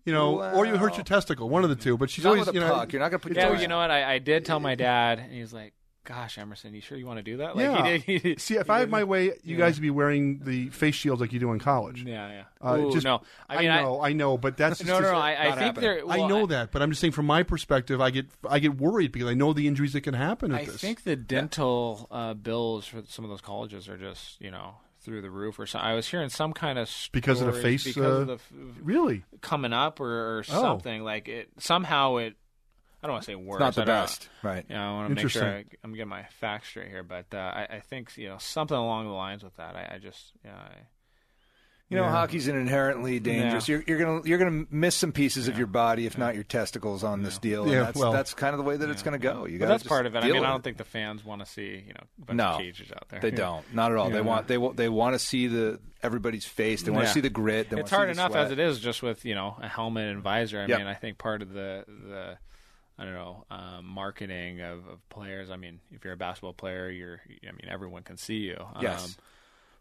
D: you know, or you hurt your testicle, one of the two. But she's
E: Not
D: always,
E: with a
D: you know,
E: puck. You're not gonna put
D: it's
E: your
F: Yeah,
E: always-
F: you know what? I, I did tell my dad, and he's like, "Gosh, Emerson, you sure you want to do that?" Like,
D: yeah.
F: He did, he
D: [laughs]
F: did-
D: See, if I had my way, you guys would be wearing the face shields like you do in college.
F: [laughs] yeah, yeah.
D: Uh,
F: Ooh,
D: just-
F: no, I mean,
D: know, I, know, but that's
F: [laughs] no,
D: just-
F: no, no. I, I
E: not
F: think
E: happening.
F: there. well,
D: I know that, but I'm just saying from my perspective, I get I get worried because I know the injuries that can happen. At
F: I
D: this.
F: think the dental uh, bills for some of those colleges are just you know through the roof or something. I was hearing some kind of
D: Because of the
F: stories
D: face,
F: because of
D: uh,
F: the f-
D: really,
F: coming up or, or
D: Oh.
F: something like it. Somehow it. I don't want to say worse.
E: not the
F: I don't-
E: best. Right.
F: Yeah, I want to make sure I,
D: Interesting.
F: I'm getting my facts straight here, but uh, I, I think you know something along the lines with that. I, I just yeah. I,
E: You know, hockey's an inherently dangerous. You're, you're gonna you're gonna miss some pieces of your body, if not your testicles, on this deal.
D: Yeah,
E: and that's,
D: well-
E: that's kind of the way that it's gonna go. You
F: But
E: gotta
F: that's
E: just
F: part of it. I
E: deal
F: mean, I
E: with
F: don't
E: it.
F: think the fans want to see you know a bunch
E: No,
F: of cages out there.
E: They
F: Yeah.
E: don't. Not at all. They want they want they want to see the everybody's face. They want to
F: Yeah.
E: see the grit. They
F: It's
E: wanna
F: hard
E: see the
F: enough
E: sweat.
F: as it is, just with you know a helmet and visor. I
E: Yep.
F: mean, I think part of the the I don't know um, marketing of, of players. I mean, if you're a basketball player, you're I mean everyone can see you. Um,
E: Yes.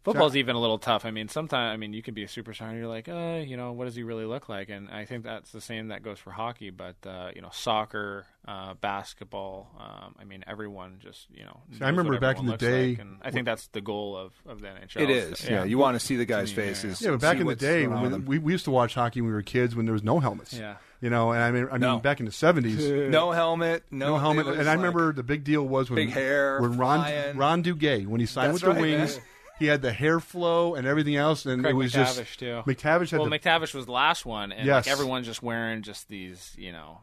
F: Football's even a little tough. I mean, sometimes I mean you can be a superstar and you're like, uh, you know, what does he really look like? And I think that's the same that goes for hockey, but uh, you know, soccer, uh, basketball. Um, I mean, everyone just you know. knows what
D: remember back
F: everyone
D: in the
F: looks
D: day-
F: like, and I think that's the goal of of the NHL.
E: It is. Yeah. You want to see the guys' faces.
D: yeah. But
E: see
D: back in the
E: what's
D: day,
E: going on with
D: when
E: them.
D: we, we used to watch hockey when we were kids when there was no helmets.
F: Yeah.
D: you know, and I mean, I mean,
E: No.
D: back in the '70s.
E: no helmet, no,
D: No helmet,
E: it was
D: and I
E: like-
D: remember the big deal was when
E: big hair,
D: when Ron
E: flying.
D: Ron Duguay when he signed
E: That's
D: with the
E: right,
D: Wings,
E: man.
D: he had the hair flow and everything else, and
F: Craig
D: it was
F: McTavish
D: just
F: too.
D: McTavish had
F: well,
D: the
F: McTavish was the last one, and
D: Yes.
F: like everyone's just wearing just these, you know,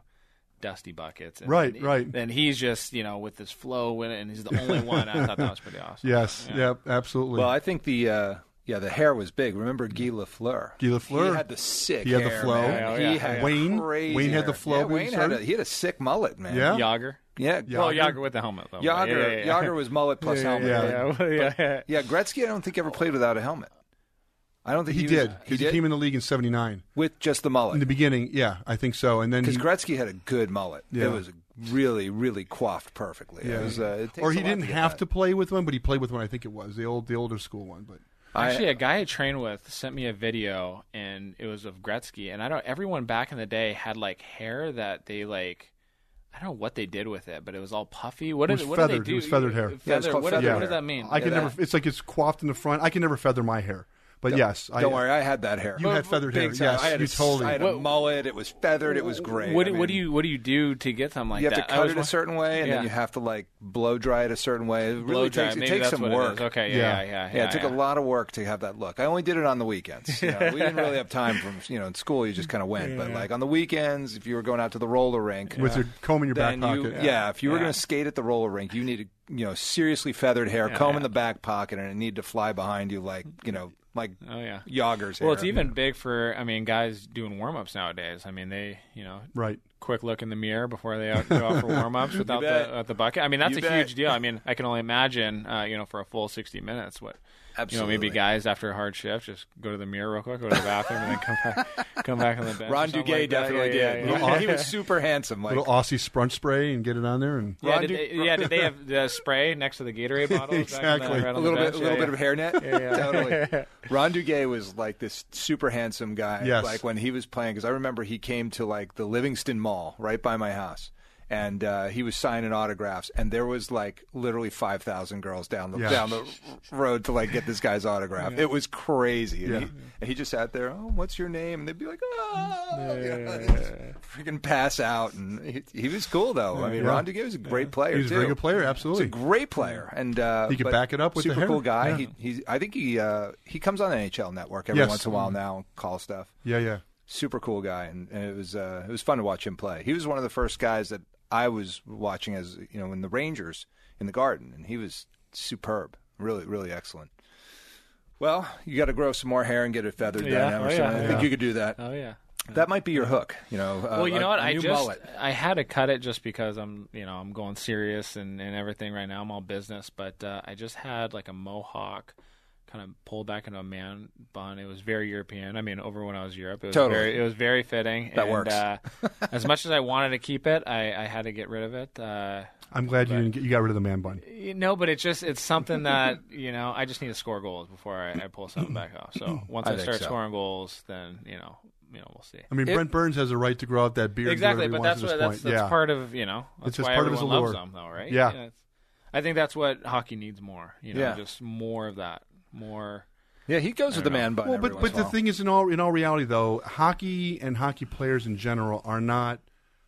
F: dusty buckets. And
D: Right, right.
F: And he's just, you know, with this flow in it, and he's the only one. I thought that was pretty
D: [laughs]
F: awesome.
D: yes, yep, absolutely.
E: Well, I think the uh, yeah the hair was big. Remember Guy Lafleur?
D: Guy Lafleur.
E: He had the sick.
D: He had the
E: hair,
D: flow.
E: man.
F: Yeah, oh,
E: He
F: yeah,
E: had
F: yeah.
D: Wayne-
E: crazy
D: Wayne had
E: hair.
D: the flow
E: Yeah,
D: when he
E: Wayne had a,
D: started.
E: he had a sick mullet, man.
D: Yeah.
F: Yager.
E: yeah.
F: Well,
D: Yager.
F: Yager with the helmet though.
E: Yager,
F: Yeah, yeah, yeah.
E: Yager was mullet plus helmet.
D: yeah,
E: Yeah.
F: Yeah, well, yeah, yeah.
E: Gretzky, I don't think ever played without a helmet. I don't think
D: he,
E: he, was-
D: did.
E: He
D: He,
E: did
D: came in the league in '79.
E: with just the
D: In
E: mullet
D: the beginning, yeah, I think so, and then
E: because
D: he,
E: Gretzky had a good mullet.
D: Yeah.
E: It was really, really coiffed perfectly. It was, uh, it takes
D: or
E: a
D: he
E: lot
D: didn't
E: to get
D: have
E: that.
D: to play with one, but he played with one. I think it was the old, the older school one. But
F: Actually, a guy I trained with sent me a video, and it was of Gretzky. And I don't. Everyone back in the day had like hair that they like. I don't know what they did with it, but it was all puffy. What
D: It
F: did
D: was
F: what did
D: feathered.
F: they
D: It
F: do?
D: was feathered hair. Yeah, it's
F: Feather-
E: called
F: what,
E: feathered
F: what
E: hair.
F: does that mean?
D: I can
E: Yeah,
D: never. It's like it's coiffed in the front. I can never feather my hair. But yes, I,
E: Don't worry, I had that hair.
D: You had feathered hair.
E: Big time.
D: Yes,
E: I had
D: you
E: a,
D: totally.
E: I had a mullet. It was feathered. It was great.
F: What,
E: I
F: do- what do
E: mean,
F: you what do you do to get something like
E: You have
F: that?
E: to
F: I
E: cut
F: was
E: it a
F: wa-
E: certain way, and
F: Yeah.
E: then you have to like blow dry it a certain way. It really
F: blow dry.
E: takes,
F: Maybe
E: it takes
F: that's
E: some
F: what
E: work.
F: It is. Okay, yeah,
D: Yeah.
F: yeah, yeah.
E: Yeah, it took
F: yeah.
E: a lot of work to have that look. I only did it on the weekends. You know, we didn't
F: [laughs]
E: really have time for you know in school. You just kind of went, but like on the weekends, if you were going out to the roller rink
D: with your comb in your back
E: then
D: pocket.
E: you, yeah. if you were going to skate at the roller rink, you needed you know seriously feathered hair, comb in the back pocket, and it needed to fly behind you like you know like
F: Oh yeah.
E: joggers.
F: Well,
E: hair.
F: it's even big for I mean guys doing warm ups nowadays. I mean they you know
D: Right.
F: quick look in the mirror before they out, go
E: [laughs]
F: out for warm ups without the, uh, the bucket. I mean that's
E: You
F: a
E: bet. [laughs]
F: huge deal. I mean I can only imagine uh, you know for a full sixty minutes what. You know,
E: Absolutely.
F: maybe guys after a hard shift just go to the mirror real quick, go to the bathroom, and then come back, come back
E: [laughs]
F: on the bench. or
E: Ron
F: something
E: Duguay
F: like that.
E: definitely
F: Yeah,
E: did.
F: yeah, yeah.
E: He- He was super handsome. Like
D: Little Aussie sprunch spray and get it on there and
F: Yeah,
E: Ron
F: did
E: Duguay-
F: they, yeah, did they
E: [laughs]
F: have the spray next to the Gatorade bottle?
D: Exactly.
E: a little bit, a little bit of hairnet.
F: yeah.
E: totally. Ron Duguay was like this super handsome guy.
D: Yes.
E: Like when he was playing, because I remember he came to like the Livingston Mall right by my house, and uh, he was signing autographs, and there was like literally five thousand girls down the
D: Yeah.
E: down the road to like get this guy's autograph. It was crazy. And, he, and he just sat there. Oh, what's your name? And they'd be like, Oh, [laughs] freaking pass out. And he, he was cool though. I mean,
D: Yeah.
E: Ron Duguay was a great player.
D: he's a very
E: too.
D: good player.
E: He's a
D: Absolutely.
E: great player, and uh,
D: He could
E: but
D: back it up with the
E: super
D: hair.
E: cool guy.
D: Yeah.
E: He, he's, I think he uh, he comes on NHL Network every
D: Yes.
E: once in a while now, and call stuff.
D: yeah, yeah.
E: Super cool guy, and, and it was uh, it was fun to watch him play. He was one of the first guys that I was watching as you know in the Rangers in the Garden, and he was superb, really really excellent. Well, you got to grow some more hair and get it feathered.
F: Yeah.
E: Then,
F: Oh,
E: Emerson.
F: yeah.
E: I
F: Yeah.
E: think you could do that.
F: Oh yeah.
E: that might be your hook. You know. Uh,
F: Well, you
E: a-
F: know what?
E: a
F: I
E: new
F: just
E: mullet.
F: I had to cut it just because I'm you know I'm going serious and, and everything right now. I'm all business, but uh, I just had like a mohawk, kind of pulled back into a man bun. It was very European. I mean, over when I was Europe, it was
E: Totally.
F: very it was very fitting.
E: That
F: and,
E: works. [laughs]
F: Uh, as much as I wanted to keep it, I, I had to get rid of it. Uh,
D: I'm glad you didn't get, you got rid of the man bun.
F: you know, but it's just it's something that [laughs] you know I just need to score goals before I, I pull something back off.
D: Mm,
F: So once
E: I
F: I,
E: think
F: start
E: so.
F: scoring goals, then you know you know we'll see.
D: I mean, Brent Burns has a right to grow out that beard. and do
F: Exactly,
D: whatever he
F: but
D: wants
F: that's
D: at this
F: what that's,
D: point.
F: that's
D: yeah.
F: part of you know that's
D: It's just
F: why
D: part of his
F: everyone loves
D: allure.
F: them though, right?
D: Yeah.
F: it's- I think that's what hockey needs more. You know,
E: Yeah.
F: just more of that, more.
E: Yeah, he goes with the man bun.
D: Well,
E: every
D: but
E: once
D: but
E: in a
D: the
E: while.
D: thing is, in all in all reality, though, hockey and hockey players in general are not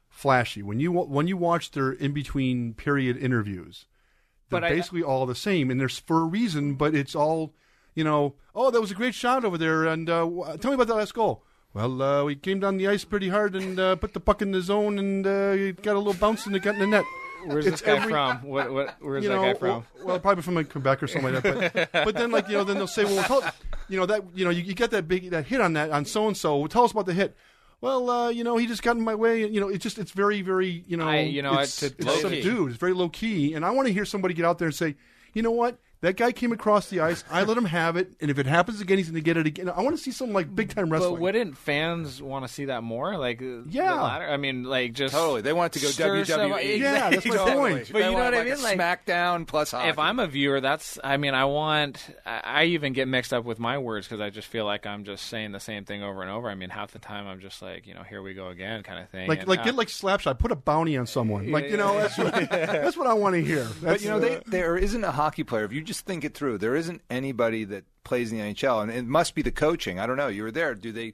D: flashy. When you wa- when you watch their in between period interviews, they're
F: But I-
D: basically all the same, and there's for a reason. But it's all you know. Oh, that was a great shot over there, and uh, wh- tell me about that last goal. Well, uh, we came down the ice pretty hard and uh, put the puck in the zone, and uh, it got a little bounce and it got in the net.
F: Where's
D: It's
F: this guy
D: every-
F: from? [laughs] What what? Where's
D: you
F: that
D: know,
F: guy from?
D: Well, well, probably from like Quebec or something like that. But,
F: [laughs]
D: but then, like you know, then they'll say, "Well, tell, you know that you know you, you got that big that hit on that on so and so. Well, tell us about the hit." Well, uh, you know, he just got in my way. You know, it's just it's very very you know
F: I- you know,
D: it's,
F: it's-
D: it's
F: low-key.
D: subdued. It's very low key, and I want to hear somebody get out there and say, "You know what." That guy came across the ice. I let him have it, and if it happens again, he's going to get it again. I want to see something like big time wrestling.
F: But wouldn't fans want to see that more? Like uh, the
D: Yeah.
F: latter? I mean, like just
E: Totally. They want it to go
F: stir some-
E: WWE.
D: Yeah, that's
F: [laughs]
D: my
E: Totally.
D: point.
E: They
F: But you know
E: want,
F: what I
E: like, a
F: mean? Like-
E: SmackDown plus hockey.
F: If I'm a viewer, that's I mean, I want I I even get mixed up with my words because I just feel like I'm just saying the same thing over and over. I mean, half the time I'm just like, you know, here we go again, kind of thing.
D: like
F: And,
D: like
F: uh,
D: get like slapshot, put a bounty on someone. Like you
F: yeah,
D: know, that's what, that's what I want to hear.
E: but
D: That's, uh,
E: you know, they, there isn't a hockey player. If you just think it through, there isn't anybody that plays in the NHL, and it must be the coaching. I don't know. You were there. Do they?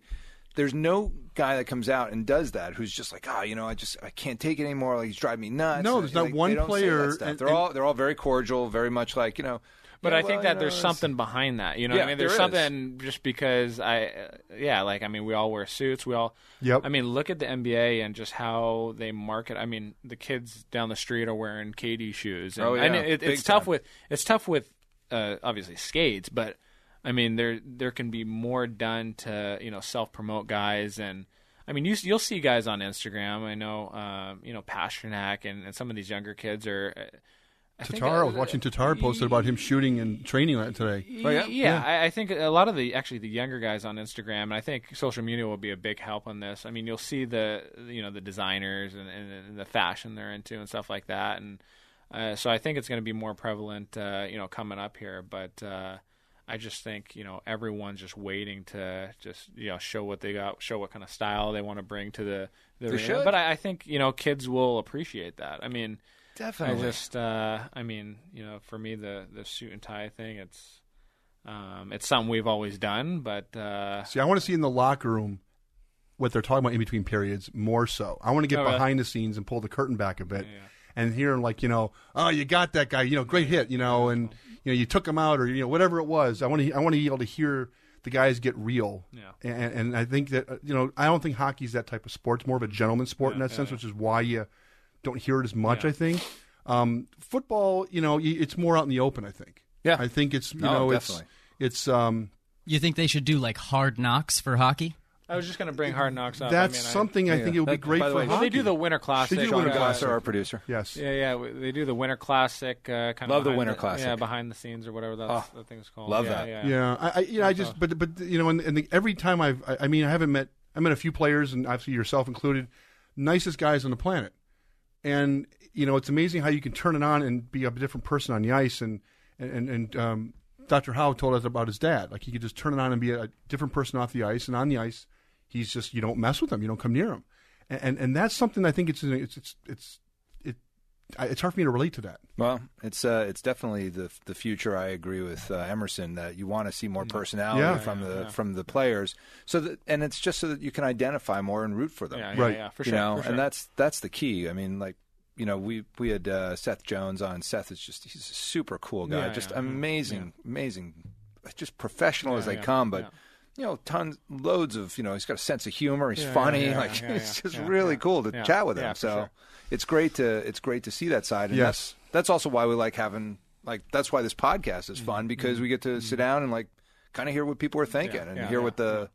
E: There's no guy that comes out and does that who's just like, ah, you know, I just I can't take it anymore. Like he's driving me nuts.
D: No,
E: And,
D: there's not
E: like, they
D: one
E: don't say that
D: player,
E: stuff.
D: and-
E: they're
D: and-
E: all they're all very cordial, very much like you know.
F: But
E: yeah,
F: I think
E: well,
F: that
E: you know,
F: there's
E: it's-
F: something behind that. You know, what
E: Yeah,
F: I mean, there's
E: there is.
F: something just because I, uh, yeah, like I mean, we all wear suits. We all,
D: Yep.
F: I mean, look at the NBA and just how they market. I mean, the kids down the street are wearing KD shoes. And,
E: Oh, yeah.
F: and it,
E: Big
F: it's tough
E: time.
F: with it's tough with uh, obviously skates, but I mean, there there can be more done to you know self promote guys and. I mean, you, you'll see guys on Instagram. I know, um, you know, Pasternak and, and some of these younger kids are. uh, I think,
D: Tatar, I was
F: uh,
D: watching Tatar posted about him shooting and training that today.
E: Oh, yeah?
F: I, I think a lot of the actually the younger guys on Instagram, and I think social media will be a big help on this. I mean, you'll see the you know the designers and, and, and the fashion they're into and stuff like that, and uh, so I think it's going to be more prevalent, uh, you know, coming up here. But uh, I just think you know everyone's just waiting to just you know show what they got, show what kind of style they want to bring to the the arena.
E: should.
F: But I, I think you know kids will appreciate that. I mean,
E: Definitely.
F: I just, uh, I mean, you know, for me the the suit and tie thing, it's um, it's something we've always done, but uh,
D: See, I want to see in the locker room what they're talking about in between periods more so. I want to get
F: Oh, really?
D: behind the scenes and pull the curtain back a bit and hear like, you know, oh, you got that guy, you know, great hit, you know, and you know, you took him out or you know, whatever it was. I want to I want to be able to hear the guys get real.
F: Yeah.
D: And and I think that uh, you know, I don't think hockey's that type of sport. It's more of a gentleman's sport in that sense, which is why you don't hear it as much, I think. Um, football, you know, y- it's more out in the open, I think.
E: Yeah.
D: I think it's you
E: No,
D: know,
E: definitely.
D: it's it's um
G: You think they should do like hard knocks for hockey?
F: I was just gonna bring Hard Knocks up.
D: That's
F: I mean, I-
D: something I think it would be
E: That-
D: great
E: by
D: for
E: the way,
F: well,
D: hockey.
F: they do the Winter Classic.
D: They do
E: Winter
D: uh,
E: Glasser, our producer.
D: Yes.
F: Yeah, yeah, we- they do the Winter Classic. Uh, kind
E: Love
F: of
E: the
F: behind
E: Winter Classic. Ah,
F: Yeah, behind the scenes or whatever that's, that thing's called.
E: love
F: Yeah,
E: that.
F: Yeah.
D: Yeah. I, I, you know, I just, but, but, you know, and, and the, every time I've, I, I mean, I haven't met, I met a few players and obviously yourself included, nicest guys on the planet. And, you know, it's amazing how you can turn it on and be a different person on the ice. And, and, and, and um, Dr. Howe told us about his dad. Like, he could just turn it on and be a different person off the ice. And on the ice, he's just, you don't mess with him, you don't come near him. And, and, and that's something I think it's, it's, it's, it's, it, I, it's hard for me to relate to that.
E: Well, it's uh, it's definitely the the future. I agree with uh, Emerson that you want to see more personality
D: Mm-hmm. Yeah.
E: from the from the players. So that, and it's just so that you can identify more and root for them.
F: Yeah, yeah,
D: Right.
F: yeah, for
E: you
F: sure.
E: know,
F: for sure.
E: and that's that's the key. I mean, like you know, we we had uh, Seth Jones on. Seth is just he's a super cool guy,
F: Yeah,
E: just
F: yeah.
E: amazing, amazing, uh, just professional as they
F: yeah,
E: come. But
F: yeah.
E: you know, tons, loads of you know, he's got a sense of humor. He's
F: Yeah, yeah,
E: funny.
F: yeah,
E: like
F: yeah,
E: it's
F: yeah,
E: just
F: yeah,
E: really
F: yeah.
E: cool to
F: Yeah,
E: chat with him.
F: yeah, for
E: so
F: sure.
E: it's great to it's great to see that side. And
D: Yes.
E: that's, that's also why we like having like that's why this podcast
F: Mm-hmm.
E: is fun because we get to sit down and like kind of hear what people are thinking and
F: yeah,
E: hear
F: yeah,
E: what the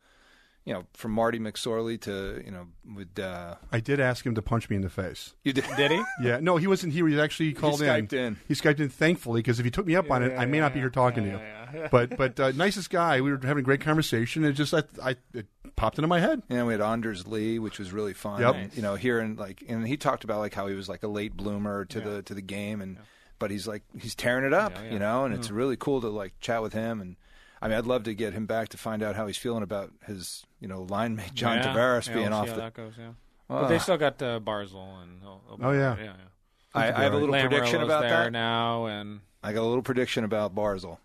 E: you know from Marty McSorley to you know with uh,
D: I did ask him to punch me in the face.
E: you did. [laughs]
F: did he?
D: Yeah, no, he wasn't here. He was actually called
E: Skyped in.
D: He skyped in, thankfully, because if he took me up on it, I may not be here talking to you. but but uh, nicest guy. We were having a great conversation. It just I, I it popped into my head.
E: And we had Anders Lee, which was really fun.
D: Yep.
E: And, You know, hearing like, and he talked about like how he was like a late bloomer to the to the game, and but he's like he's tearing it up, you know, and it's
F: Mm-hmm.
E: really cool to like chat with him. And I mean, I'd love to get him back to find out how he's feeling about his you know line mate John
F: yeah.
E: Tavares
F: yeah,
E: being
F: we'll
E: off
F: see how
E: the.
F: that goes. Yeah.
E: Ah.
F: but they still got uh, Barzil and.
D: Oh, yeah.
F: Yeah. yeah.
E: I, I have a little prediction
F: Lamoriello's
E: about
F: there
E: that.
F: now, and
E: I got a little prediction about Barzil.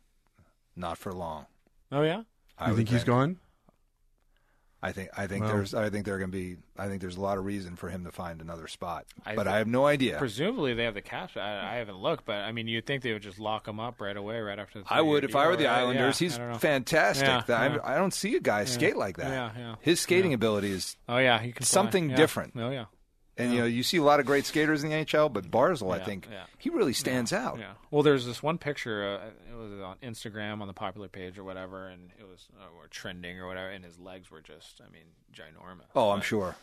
E: Not for long.
F: oh yeah.
E: I
D: You
E: would
D: think he's gone?
E: I think I think
D: Well-
E: there's I think there are going to be I think there's a lot of reason for him to find another spot,
F: I
E: but
F: thi-
E: I have no idea.
F: Presumably they have the cash. I, I haven't looked, but I mean, you'd think they would just lock him up right away, right after. The
E: I would if I were the
F: Yeah,
E: Islanders.
F: yeah,
E: he's
F: I don't know.
E: fantastic.
F: Yeah,
E: That- I'm-
F: yeah.
E: I don't see a guy skate like that.
F: Yeah, yeah.
E: His skating ability is,
F: Oh yeah, he can fly.
E: something
F: Yeah.
E: different.
F: Oh yeah.
E: and you know, you see a lot of great skaters in the NHL, but Barzil, I
F: Yeah,
E: think
F: yeah.
E: he really stands out.
F: Yeah. Well, there's this one picture. Uh, it was on Instagram on the popular page or whatever, and it was uh, or trending or whatever. And his legs were just, I mean, ginormous.
E: Oh, I'm sure.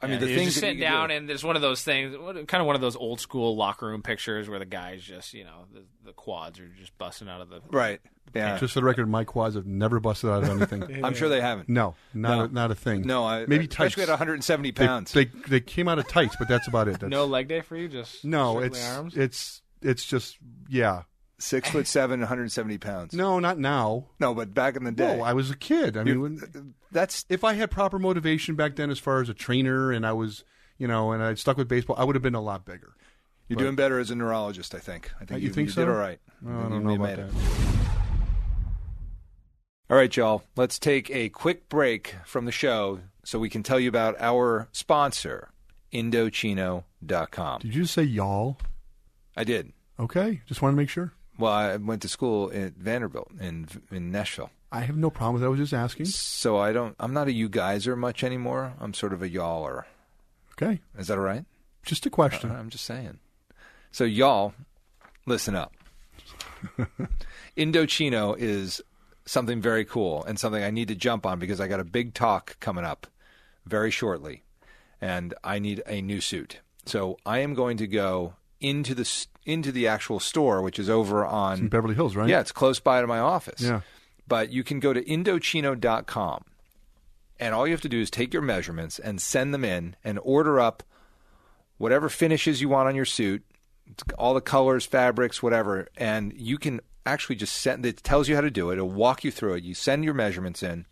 E: I mean,
F: Yeah,
E: the
F: he was
E: things
F: just
E: that
F: sitting
E: you can
F: down,
E: do.
F: and there's one of those things, what- kind of one of those old school locker room pictures where the guys just, you know, the, the quads are just busting out of the.
E: right? Yeah,
D: Just for the record, my quads have never busted out of
E: [laughs]
D: anything.
E: I'm sure they haven't.
D: no, not
E: No.
D: A, not a thing.
E: no, I,
D: maybe tights.
E: especially at 170
D: They-
E: pounds.
D: They, they came out of tights, but that's
E: [laughs]
D: about it. That's,
F: No leg day for you, just
D: no,
F: strictly
D: it's
F: arms.
D: it's it's just yeah.
E: Six foot seven, 170 pounds.
D: No, not now.
E: No, but back in the day,
D: No, I was a kid. I mean, when,
E: that's
D: if I had proper motivation back then, as far as a trainer, and I was, you know, and I stuck with baseball, I would have been a lot bigger.
E: you're doing better as a neurologist. I think. I think
D: you think so?
E: did all right.
D: I
E: You-
D: don't
E: you
D: know about
E: made it.
D: that.
E: All right, y'all. Let's take a quick break from the show so we can tell you about our sponsor, Indochino.com.
D: Did you say y'all?
E: I did.
D: Okay, just want to make sure.
E: Well, I went to school at Vanderbilt in in Nashville,
D: I have no problem with that. I was just asking.
E: so I don't. I'm not a you guyser much anymore. I'm sort of a y'aller.
D: Okay,
E: Is that all right?
D: just a
E: All
D: question.
E: right, I'm just saying. So y'all, listen up. Indochino is something very cool and something I need to jump on because I got a big talk coming up very shortly, and I need a new suit. So I am going to go into the s- into the actual store, which is over on
D: In Beverly Hills, right?
E: yeah, it's close by to my office.
D: Yeah.
E: But you can go to Indochino.com and all you have to do is take your measurements and send them in and order up whatever finishes you want on your suit, all the colors, fabrics, whatever, and you can actually just send it tells you how to do it. It'll walk you through it. You send your measurements in,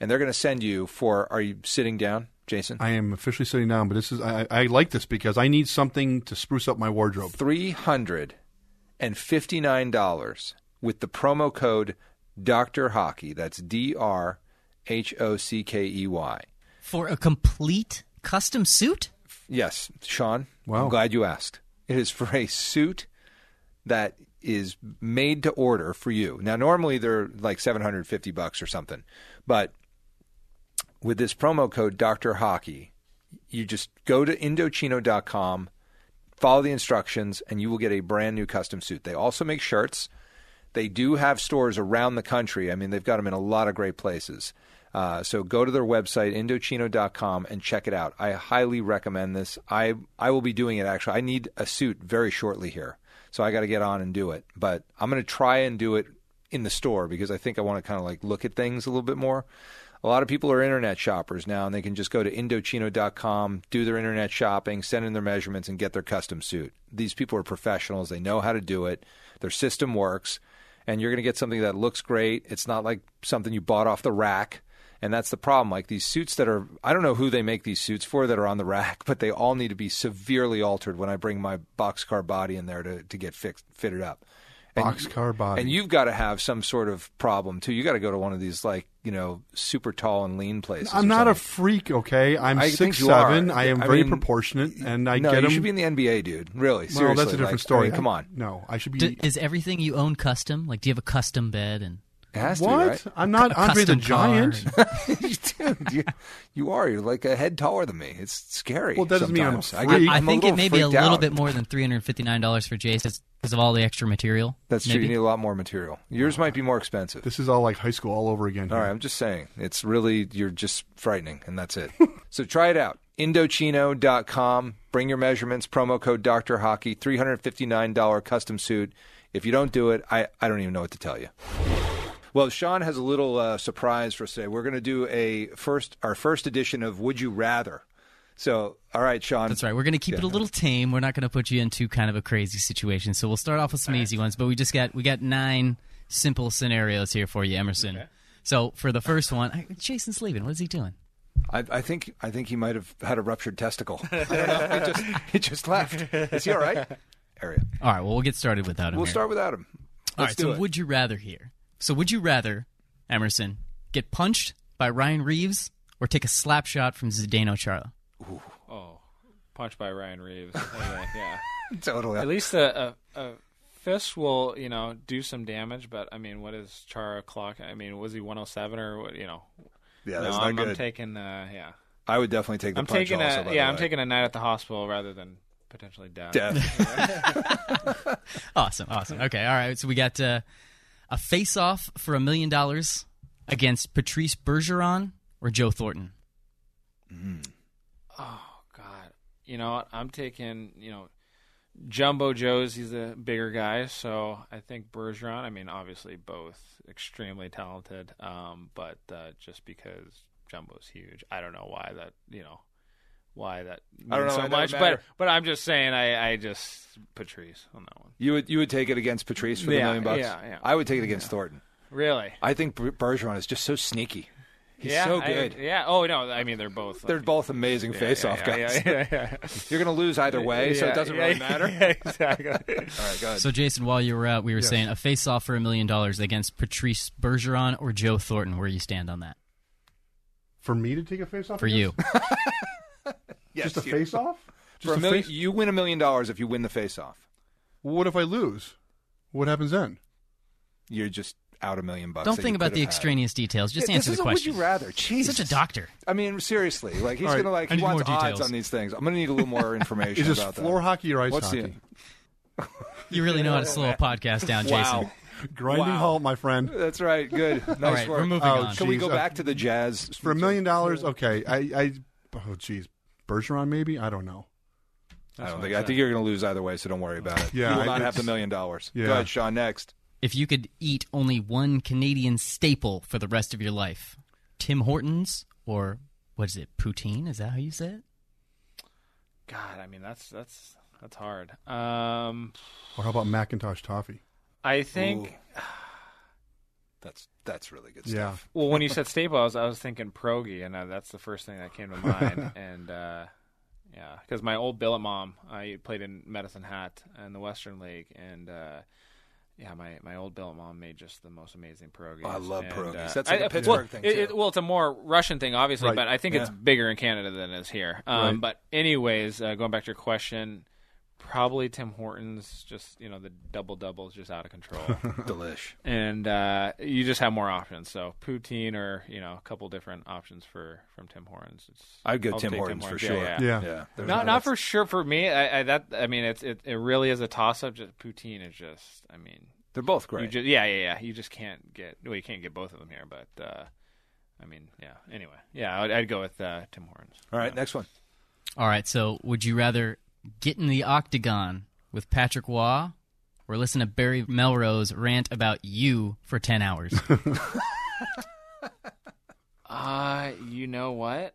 E: and they're going to send you for. Are you sitting down, Jason?
D: I am officially sitting down, but this is I, I like this because I need something to spruce up my wardrobe.
E: Three hundred and fifty nine dollars with the promo code Doctor Hockey. That's D R H O C K E Y.
G: For a complete custom suit?
E: Yes, Sean.
D: Wow.
E: I'm glad you asked. It is for a suit that is made to order for you. Now, normally they're like 750 bucks or something, but with this promo code Doctor Hockey, you just go to Indochino.com, follow the instructions, and you will get a brand new custom suit. They also make shirts. They do have stores around the country. I mean, they've got them in a lot of great places. Uh, so go to their website, Indochino.com, and check it out. I highly recommend this. I, I will be doing it actually. I need a suit very shortly here. So I got to get on and do it. But I'm going to try and do it in the store because I think I want to kind of like look at things a little bit more. A lot of people are internet shoppers now, and they can just go to Indochino.com, do their internet shopping, send in their measurements, and get their custom suit. These people are professionals. They know how to do it. Their system works, and you're going to get something that looks great. It's not like something you bought off the rack. And that's the problem. Like these suits that are, I don't know who they make these suits for that are on the rack, but they all need to be severely altered when I bring my boxcar body in there to, to get fixed, fitted up. And-
D: Boxcar body.
E: and you've got to have some sort of problem too. You got to go to one of these like you know super tall and lean places. or
D: I'm not a
E: something.
D: freak, okay? I'm
E: I think
D: six
E: you are.
D: seven. I am
E: I
D: very
E: mean,
D: proportionate, and I
E: no,
D: get
E: you
D: them.
E: should be in the NBA, dude. Really,
D: well,
E: seriously.
D: that's a different
E: like, I mean,
D: story.
E: come on,
D: No, I should be.
G: D- is everything you own custom? Like, do you have a custom bed? And
E: it has
D: what?
E: to
D: I'm not
G: a
D: Andre the
G: custom car
E: [laughs]
D: Giant.
G: and-
E: be right. [laughs] dude, you, you are. You're like a head taller than me. It's scary.
D: Well, that doesn't mean I'm a
E: sometimes.
D: freak.
E: get-
G: I
E: I'm
G: think it may be a
E: freaked
G: little
E: out.
G: bit more than three hundred fifty nine dollars for Jason because of all the extra material.
E: That's true.
G: maybe.
E: You need a lot more material. Yours might be more expensive.
D: This is all like high school all over again.
E: All right, I'm just saying. It's really, you're just frightening, and that's it. [laughs] so try it out. Indochino.com. Bring your measurements. Promo code Dr. Hockey. $359 custom suit. If you don't do it, I, I don't even know what to tell you. Well, Sean has a little uh, surprise for us today. We're going to do a first, our first edition of Would You Rather. So, all right, Sean.
G: That's right. We're going to keep it a little tame. We're not going to put you into kind of a crazy situation. So we'll start off with some easy ones, but we just got we got nine simple scenarios here for you, Emerson. So for the first one, I- Jason's leaving. What is he doing?
E: I, I think I think he might have had a ruptured testicle. [laughs] I don't know. He just, he just left. Is he all
G: [laughs]
E: right? Area.
G: All right. Well, we'll get started without him.
E: We'll
G: here.
E: start without him.
G: All
E: Let's
G: right.
E: do
G: So
E: it.
G: would you rather here? So would you rather, Emerson, get punched by Ryan Reeves or take a slap shot from Zdeno Charlo?
F: Oh, punched by Ryan Reeves. Anyway, yeah.
E: [laughs] totally.
F: At least a, a, a fist will, you know, do some damage. But I mean, what is Chara clock? I mean, was he 107 or what? You know,
E: Yeah,
F: no,
E: that's not
F: I'm,
E: good.
F: I'm taking, uh, yeah,
E: I would definitely take the
F: I'm
E: punch
F: taking
E: also. by
F: a,
E: the
F: yeah, I'm
E: way.
F: taking a night at the hospital rather than potentially death. [laughs]
E: death.
G: Awesome. Awesome. Okay. All right. So we got uh, a face off for a million dollars against Patrice Bergeron or Joe Thornton.
F: Oh God, you know, what? I'm taking, you know. Jumbo Joe's, he's a bigger guy, so I think Bergeron. I mean, obviously both extremely talented, um, but uh, just because Jumbo's huge, I don't know why that you know why that means
E: I don't know, it
F: so
E: doesn't
F: much. But
E: matter.
F: but I'm just saying, I I just Patrice on that one.
E: you would you would take it against Patrice for the
F: Yeah,
E: million bucks.
F: yeah, yeah.
E: I would take it against Thornton.
F: Really?
E: I think Ber- Bergeron is just so sneaky. He's
F: yeah,
E: so
F: I-
E: good.
F: yeah. Oh no, I mean they're both.
E: They're
F: like-
E: both amazing
F: yeah,
E: face-off
F: yeah, yeah,
E: guys.
F: Yeah, yeah, yeah.
E: [laughs] You're going to lose either way, so
F: Yeah,
E: it doesn't
F: yeah,
E: really matter.
F: [laughs] yeah, exactly.
E: [laughs] All right, go ahead.
G: So, Jason, while you were out, we were saying a face off for a million dollars against Patrice Bergeron or Joe Thornton. Where you stand on that
D: For me to take a face off
G: for you?
E: yes,
D: [laughs] just a
E: you- [laughs]
D: face off.
E: For a million, you win a million dollars if you win the face-off.
D: What if I lose? What happens then?
E: You're just out a million bucks.
G: Don't
E: that
G: think
E: you
G: about
E: could
G: the
E: have had.
G: extraneous details. Just
E: Yeah,
G: answer
E: this
G: the
E: is a
G: question.
E: Would you rather?
G: He's
E: Jesus.
G: such a doctor.
E: I mean, seriously, like he's
D: All right,
E: gonna like
G: I
E: he
G: need
E: wants
G: more
E: odds
G: details.
E: on these things. I'm gonna need a little
F: [laughs]
E: more information
D: Is this
E: about
D: floor
E: that.
D: hockey or ice
E: What's the-
D: hockey?
G: You really know how to slow a podcast down, Jason.
E: Wow,
D: Grinding
E: Wow.
D: halt, my friend.
E: that's right. Good. Nice
G: All right,
E: work.
G: we're moving
D: Oh,
G: on.
E: Can we
D: Jeez,
E: go
D: uh,
E: back to the Jazz
D: For a million dollars, okay. I, I, oh, geez, Bergeron maybe. I don't know.
E: I don't think. I think you're going to lose either way, so don't worry about it.
D: Yeah,
E: you will
D: I-
E: not have
D: it's-
E: the million dollars.
D: Yeah.
E: Go ahead, Sean. Next.
G: If you could eat only one Canadian staple for the rest of your life, Tim Hortons or what is it? Poutine? Is that how you say it?
F: God, I mean that's that's that's hard. Um,
D: Or how about Macintosh toffee?
F: I think.
E: That's that's really good
D: Yeah. [laughs]
E: stuff.
F: Well, when you said staple, I was, I was thinking pierogi, and uh, that's the first thing that came
D: [laughs]
F: to mind. and uh, yeah, because my old billet mom, I played in Medicine Hat in the Western League, and uh, yeah, my, my old billet mom made just the most amazing pierogies.
E: Oh, I love
F: And,
E: pierogies.
F: uh,
E: That's like a
F: I- I-
E: Pittsburgh
F: well,
E: thing,
F: it-
E: too.
F: it- well, it's a more Russian thing, obviously,
D: Right.
F: but I think it's
E: Yeah.
F: bigger in Canada than it is here. Um,
D: Right.
F: But anyways, uh, going back to your question. Probably Tim Hortons, just you know the double doubles, just out
D: [laughs]
F: of control
E: Delish.
F: and uh, you just have more options. So poutine, or you know, a couple different options for from Tim Hortons. It's,
E: I'd go
F: I'll
E: Tim
F: take
E: Hortons, for
F: Yeah,
E: sure.
F: Yeah,
D: Yeah.
E: There's no-
F: Not not for sure for me. I, I that I mean it's it, it really is a toss up. Just poutine is just I mean
E: They're both
F: you
E: great.
F: just yeah yeah yeah you just can't get well you can't get both of them here. But uh, I mean yeah anyway yeah I'd, I'd go with uh, Tim Hortons.
E: All right, next one.
G: All right, so would you rather get in the octagon with Patrick Waugh or listen to Barry Melrose rant about you for
F: [laughs]
G: 10 hours?
F: Uh you know what?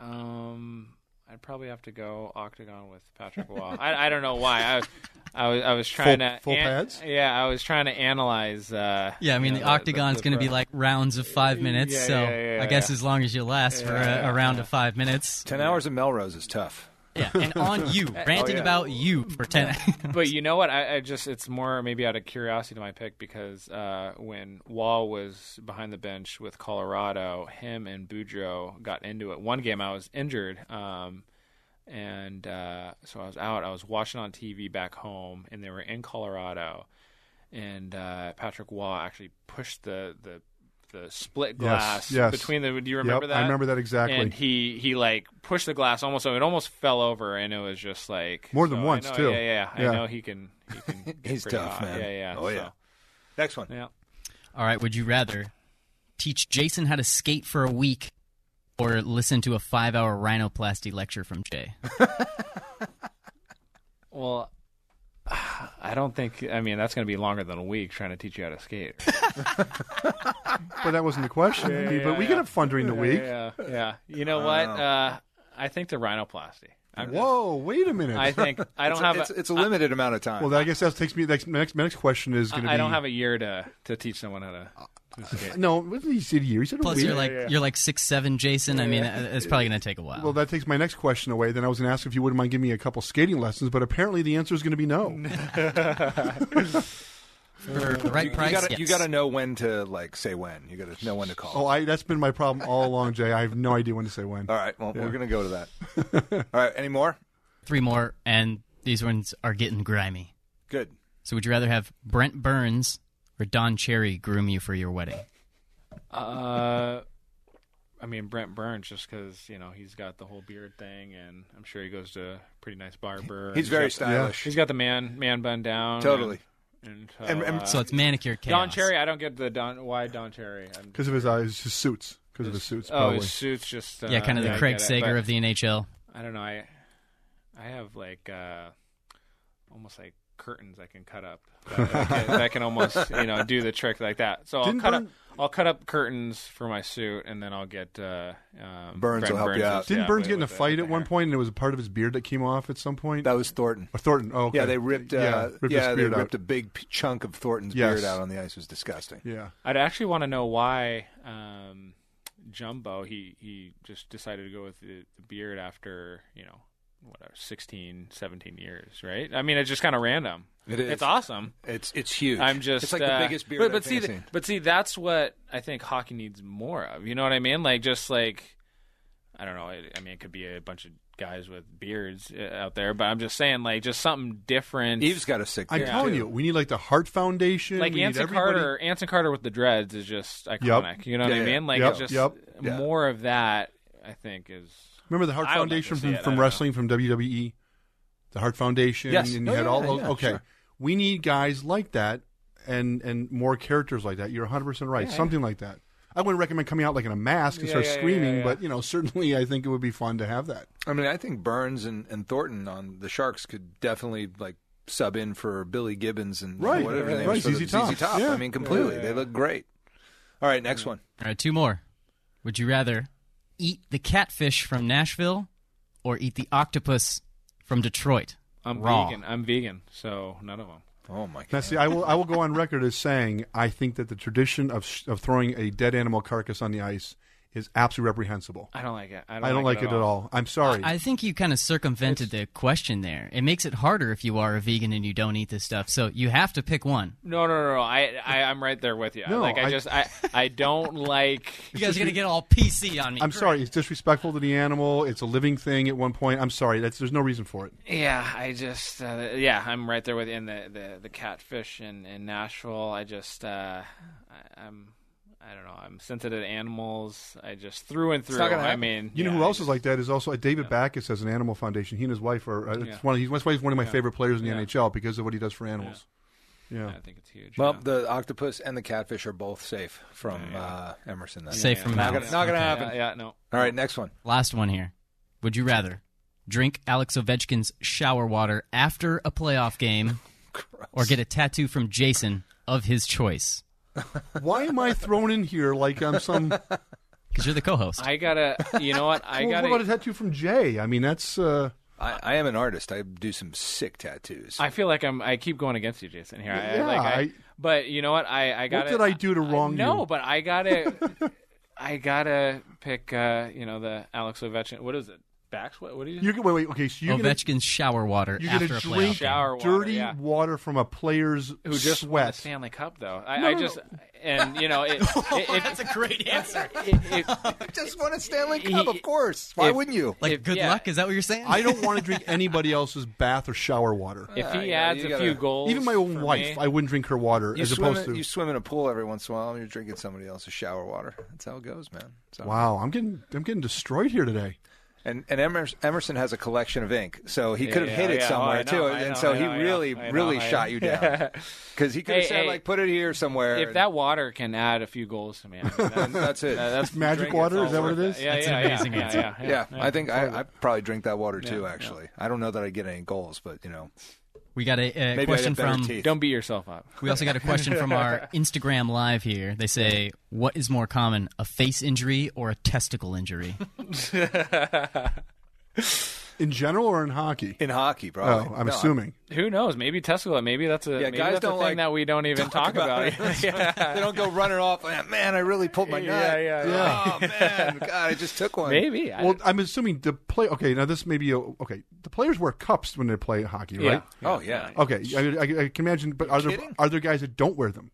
F: Um, I'd probably have to go octagon with Patrick Wall. I, I don't know why. I was I
D: [laughs]
F: was I was trying
D: Full-
F: to
D: full pads?
F: Yeah, I was trying to analyze. Uh,
G: yeah, I mean,
F: you
G: the
F: know,
G: octagon's
F: the-
G: going to be like rounds of five minutes,
F: yeah,
G: so
F: yeah, yeah,
G: I guess
F: yeah.
G: as long as you last for a, a round of
F: [laughs]
G: five minutes.
E: Ten hours of Melrose is tough.
G: Yeah, and on you,
F: Oh,
G: ranting
E: yeah.
G: about you for 10 [laughs]
F: [laughs] But you know what? I, I just it's more maybe out of curiosity to my pick because uh, when Wall was behind the bench with Colorado, him and Boudreaux got into it. One game I was injured. Um, and uh, so I was out. I was watching on TV back home, and they were in Colorado, and uh, Patrick Waugh actually pushed the the, the split glass
D: yes.
F: between the. Do you remember
D: Yep,
F: that?
D: I remember that exactly.
F: And he he like pushed the glass almost. so It almost fell over, and it was just like
D: More than
F: so I
D: once,
F: know-
D: too.
F: Yeah, yeah,
D: Yeah.
F: I know he can. He
E: [laughs]
F: can get
E: He's
F: pretty
E: tough,
F: hot.
E: man.
F: Yeah, yeah.
E: Oh,
F: so,
E: yeah. Next one.
F: yeah.
G: All right, would you rather teach Jason how to skate for a week or listen to a five hour rhinoplasty lecture from Jay?
F: Well, [sighs] I don't think. I mean, that's going to be longer than a week trying to teach you how to
D: [laughs]
F: skate.
D: But that wasn't the question. I mean, but we can have fun during the week.
F: yeah, yeah. You know what? Uh, I think the rhinoplasty. I'm just-
D: Whoa, wait a minute.
F: I think I don't
E: It's,
F: have.
E: a, it's,
F: a,
E: it's a limited amount of time.
D: well, I guess that takes me. Next, my next, my next question is going to be.
F: I don't have a year to to teach someone how to.
D: No, what did he said a year. He said a
G: Plus,
D: week.
G: you're like you're like six seven, Jason. I mean, uh, it's probably going to take a while.
D: Well, that takes my next question away. Then I was going to ask if you wouldn't mind giving me a couple skating lessons, but apparently the answer is going to be
E: [laughs]
D: no.
G: for the right
E: you,
G: price,
E: gotta, you
G: yes.
E: gotta know when to like say when. You gotta know when to call.
D: Oh, I, that's been my problem all along, Jay. I have no idea when to say when.
E: All right. Well, we're gonna go to that.
D: [laughs]
E: All right. Any more?
G: three more, and these ones are getting grimy.
E: Good.
G: So, would you rather have Brent Burns or Don Cherry groom you for your wedding?
F: Uh, I mean Brent Burns, just because you know he's got the whole beard thing, and I'm sure he goes to a pretty nice barber.
E: He's
F: and
E: very
F: got-
E: stylish.
F: He's got the man man bun down.
E: Totally.
F: And, and, so,
E: And- and-
F: uh,
G: So it's manicure chaos.
F: Don Cherry, I don't get the Don. Why Don Cherry? I'm-
D: Because of his eyes, his suits. Because of his suits,
F: oh,
D: probably.
F: his suit's just uh,
G: yeah, kind of the
F: I
G: Craig
F: get it,
G: Sager
F: but
G: of the NHL.
F: I don't know. I I have like uh, almost like curtains I can cut up that, that can, that
E: [laughs]
F: can almost you know do the trick like that. So
D: Didn't
F: I'll cut
D: Burn-
F: up I'll cut up curtains for my suit, and then I'll get uh, um,
E: Burns will help you out.
D: Didn't Burns get in a
F: with the-
D: fight
F: with
D: at
F: the
D: one
F: hair.
D: point, and it was part of his beard that came off at some point?
E: That was Thornton.
D: or Thornton. Oh, okay.
E: Yeah, they ripped. Uh,
D: Yeah,
E: yeah,
D: ripped his
E: they
D: beard out.
E: ripped a big p- chunk of Thornton's
D: Yes.
E: beard out on the ice. It was disgusting.
D: yeah.
F: I'd actually want to know why um, Jumbo he he just decided to go with the, the beard after you know whatever 16, 17 years, right? I mean, it's just kind of random.
E: It is.
F: It's awesome.
E: It's it's huge.
F: I'm just
E: It's like
F: uh,
E: the biggest beard.
F: But,
E: I've
F: but see,
E: ever
F: th-
E: seen.
F: but see, that's what I think hockey needs more of. You know what I mean? Like just like I don't know. I, I mean, it could be a bunch of guys with beards uh, out there, but I'm just saying, like just something different.
E: Eve's got a sick.
D: I'm
E: beard,
D: telling
E: too.
D: you, we need like the Heart Foundation.
F: like
D: we need
F: Anson
D: everybody-
F: Carter, Anson Carter with the dreads is just iconic. You know what
E: Yeah,
F: I
E: yeah.
F: mean? Like
D: Yep,
F: it's just
D: yep.
E: Yeah.
F: more of that. I think is
D: Remember the Heart
F: I would like to
D: Foundation
F: see
D: from,
F: it, I
D: from
F: don't
D: wrestling from WWE? The Heart Foundation.
E: Yes.
D: And you
E: Oh,
D: had
E: yeah,
D: all
E: yeah,
D: those.
E: yeah,
D: okay.
E: sure.
D: We need guys like that and, and more characters like that. You're 100% right. Something like that. I wouldn't recommend coming out like in a mask and
F: Yeah,
D: start
F: yeah, yeah,
D: screaming,
F: yeah, yeah.
D: but you know, certainly I think it would be fun to have that.
E: I mean, I think Burns and, and Thornton on the Sharks could definitely like sub in for Billy Gibbons and
D: Right.
E: whatever
D: Right.
E: they
D: Right.
E: were sort of
D: ZZ
E: ZZ
D: Top. Yeah.
E: I mean, completely. They look great. All right, next one.
G: All right, two more. Would you rather eat the catfish from Nashville or eat the octopus from Detroit?
F: I'm
G: Raw.
F: vegan. I'm vegan, so none of them.
E: Oh my
D: Now,
E: god!
D: see, I will I will go on record as saying I think that the tradition of sh- of throwing a dead animal carcass on the ice is absolutely reprehensible.
F: I don't like it. I don't,
D: I don't like it at all. I'm sorry.
G: I think you kind of circumvented the question there. It makes it harder if you are a vegan and you don't eat this stuff. So you have to pick one.
F: No, no, no, no. I, I, I'm right there with you.
D: No,
F: like I,
D: I-
F: just, I,
D: [laughs]
F: I don't like.
G: You guys are gonna get all PC on me.
D: I'm sorry. It's disrespectful to the animal. It's a living thing. At one point, I'm sorry. That's there's no reason for it.
F: Yeah, I just, uh, yeah, I'm right there with you in the, the, the catfish in, in Nashville. I just, uh, I, I'm, I don't know. I'm sensitive to animals. I just through and through.
E: not gonna
F: I
E: happen.
F: mean,
D: You know
F: yeah,
D: who
F: I
D: else
F: just-
D: is like that is also uh, David Backus has an animal foundation. He and his wife are. Uh, it's
F: Yeah.
D: one. Of, he's that's why he's one of my favorite players in the NHL because of what he does for animals. Yeah.
F: I think it's huge.
E: Well,
F: yeah.
E: the octopus and the catfish are both safe from uh, Emerson. Then.
G: Safe from
E: not
G: mouth.
E: gonna, not gonna happen.
F: Yeah, yeah, no.
E: All right, next one.
G: Last one here. Would you rather drink Alex Ovechkin's shower water after a playoff [laughs] game, or get a tattoo from Jason of his choice?
D: [laughs] Why am I thrown in here like I'm
F: [laughs]
D: some?
G: Because you're the co-host.
E: [laughs]
F: I gotta. You know what? I
D: Well,
F: gotta.
D: what about a tattoo from Jay? I mean, that's. Uh,
E: I, I am an artist. I do some sick tattoos.
F: I feel like I'm. I keep going against you, Jason. Here, I, I-
D: Yeah,
F: like I,
D: I-
F: But you know what? I, I got.
D: did I do to wrong
F: No,
D: you?
F: but
D: [laughs]
F: I gotta. I gotta pick. Uh, you know the Alex Ovechkin. What is it? Backs? What? What do you?
D: you can, wait, wait. Okay, so you're gonna
G: Ovechkin's shower water
D: you're
G: Oh, after
D: gonna
G: a
D: drink
G: playoff game.
F: Shower water,
D: dirty
F: yeah.
D: water from a player's
F: who just won the
D: sweat.
F: Stanley Cup, though? I,
D: No,
F: I
D: no,
F: just and you know it. it, it
G: That's a great answer.
F: [laughs] it- it-
E: I just won a Stanley Cup, of course. Why
F: if-
E: wouldn't you?
G: Like,
F: If-
G: good
F: yeah.
G: luck. Is that what you're saying?
D: I
F: [laughs]
D: don't want to drink anybody else's bath or shower water.
F: if he
E: yeah,
F: adds
E: you
F: a
E: gotta-
F: few goals,
D: Even my own
F: for
D: wife,
F: me-
D: I wouldn't drink her water
E: You
D: as
E: swim,
D: opposed
E: in-
D: to.
E: you swim in a pool every once in a while, and you're drinking somebody else's shower water. That's how it goes, man. So-
D: Wow, I'm getting I'm getting destroyed here today.
E: And and Emerson, Emerson has a collection of ink, so he could have
F: yeah,
E: hit it
F: yeah. Oh,
E: somewhere
F: I know,
E: too.
F: I
E: and
F: know,
E: so
F: I
E: he
F: know, I know,
E: really,
F: I know,
E: really
F: I
E: shot
F: know.
E: you down because he could have
F: Hey,
E: said
F: hey,
E: like, "Put it here somewhere."
F: if
E: and-
F: that water can add a few goals to me, I mean,
E: and [laughs]
F: that-
E: that's it.
F: that's
D: Magic
F: drink,
D: water,
F: it's
D: is
F: all
D: that what
F: worth
D: it is?
F: Yeah,
G: That's
F: yeah,
G: an
F: yeah,
G: amazing
F: yeah,
G: answer.
F: yeah, yeah,
E: yeah,
F: yeah.
E: I think I, I probably drink that water too. Actually, I don't know that I get any goals, but you know,
G: We got a,
E: maybe
G: a question
E: I get better
G: from
E: teeth.
F: Don't beat yourself up.
G: We also got a question
E: [laughs]
G: from our Instagram live here. They say, "What is more common, a face injury or a
E: [laughs]
G: testicle injury?"
D: In general or in hockey?
E: in hockey, probably.
D: Oh, I'm
E: No,
D: assuming.
F: Who knows? Maybe testicle. Maybe that's a
E: Yeah,
F: maybe
E: guys
F: that's
E: don't
F: a thing
E: like-
F: that we don't even talk, about. [laughs] yeah.
E: [laughs] they don't go running off. "Ah, Man, I really pulled my
F: Yeah,
E: nut.
F: yeah,
E: Oh man, God, I just took one.
F: Maybe. I-
D: Well, I'm assuming the play. Okay, now this may be a, okay. The players wear cups when they play hockey,
F: yeah.
D: right?
E: Oh yeah.
D: Okay, I, I, I can imagine. But are there
E: kidding?
D: are there guys that don't wear them?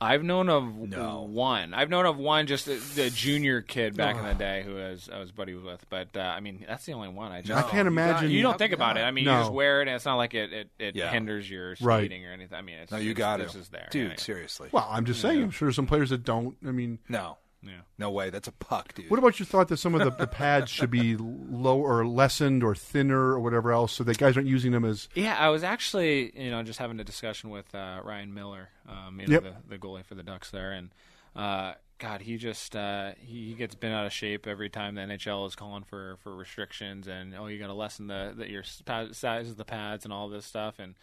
F: I've known of
E: No.
F: one. I've known of one, just the, the junior kid back in the day who I was, I was buddy with. But uh, I mean, that's the only one. I just
D: I can't imagine.
F: You
E: How
F: don't think about it.
E: can
F: I mean,
D: No.
F: you just wear it, and it's not like it it, it
E: Yeah.
F: hinders your
D: Right.
F: skating or anything. I mean, it's
E: No, you
F: it's-
E: got
F: this
E: it.
F: is there,
E: dude.
F: Yeah, yeah.
E: Seriously.
D: Well, I'm just saying. I'm sure there's some players that don't. I mean,
E: No.
F: Yeah.
E: No way. That's a puck, dude.
D: What about your thought that some of the, the pads should be low or lessened or thinner or whatever else, so that guys aren't using them as
F: Yeah, I was actually, you know, just having a discussion with uh, Ryan Miller, um, you know,
D: Yep.
F: the, the goalie for the Ducks there, and uh, God, he just uh, he, he gets bent out of shape every time the NHL is calling for, for restrictions and oh, you got to lessen the, the your s- pa- size of the pads and all this stuff, and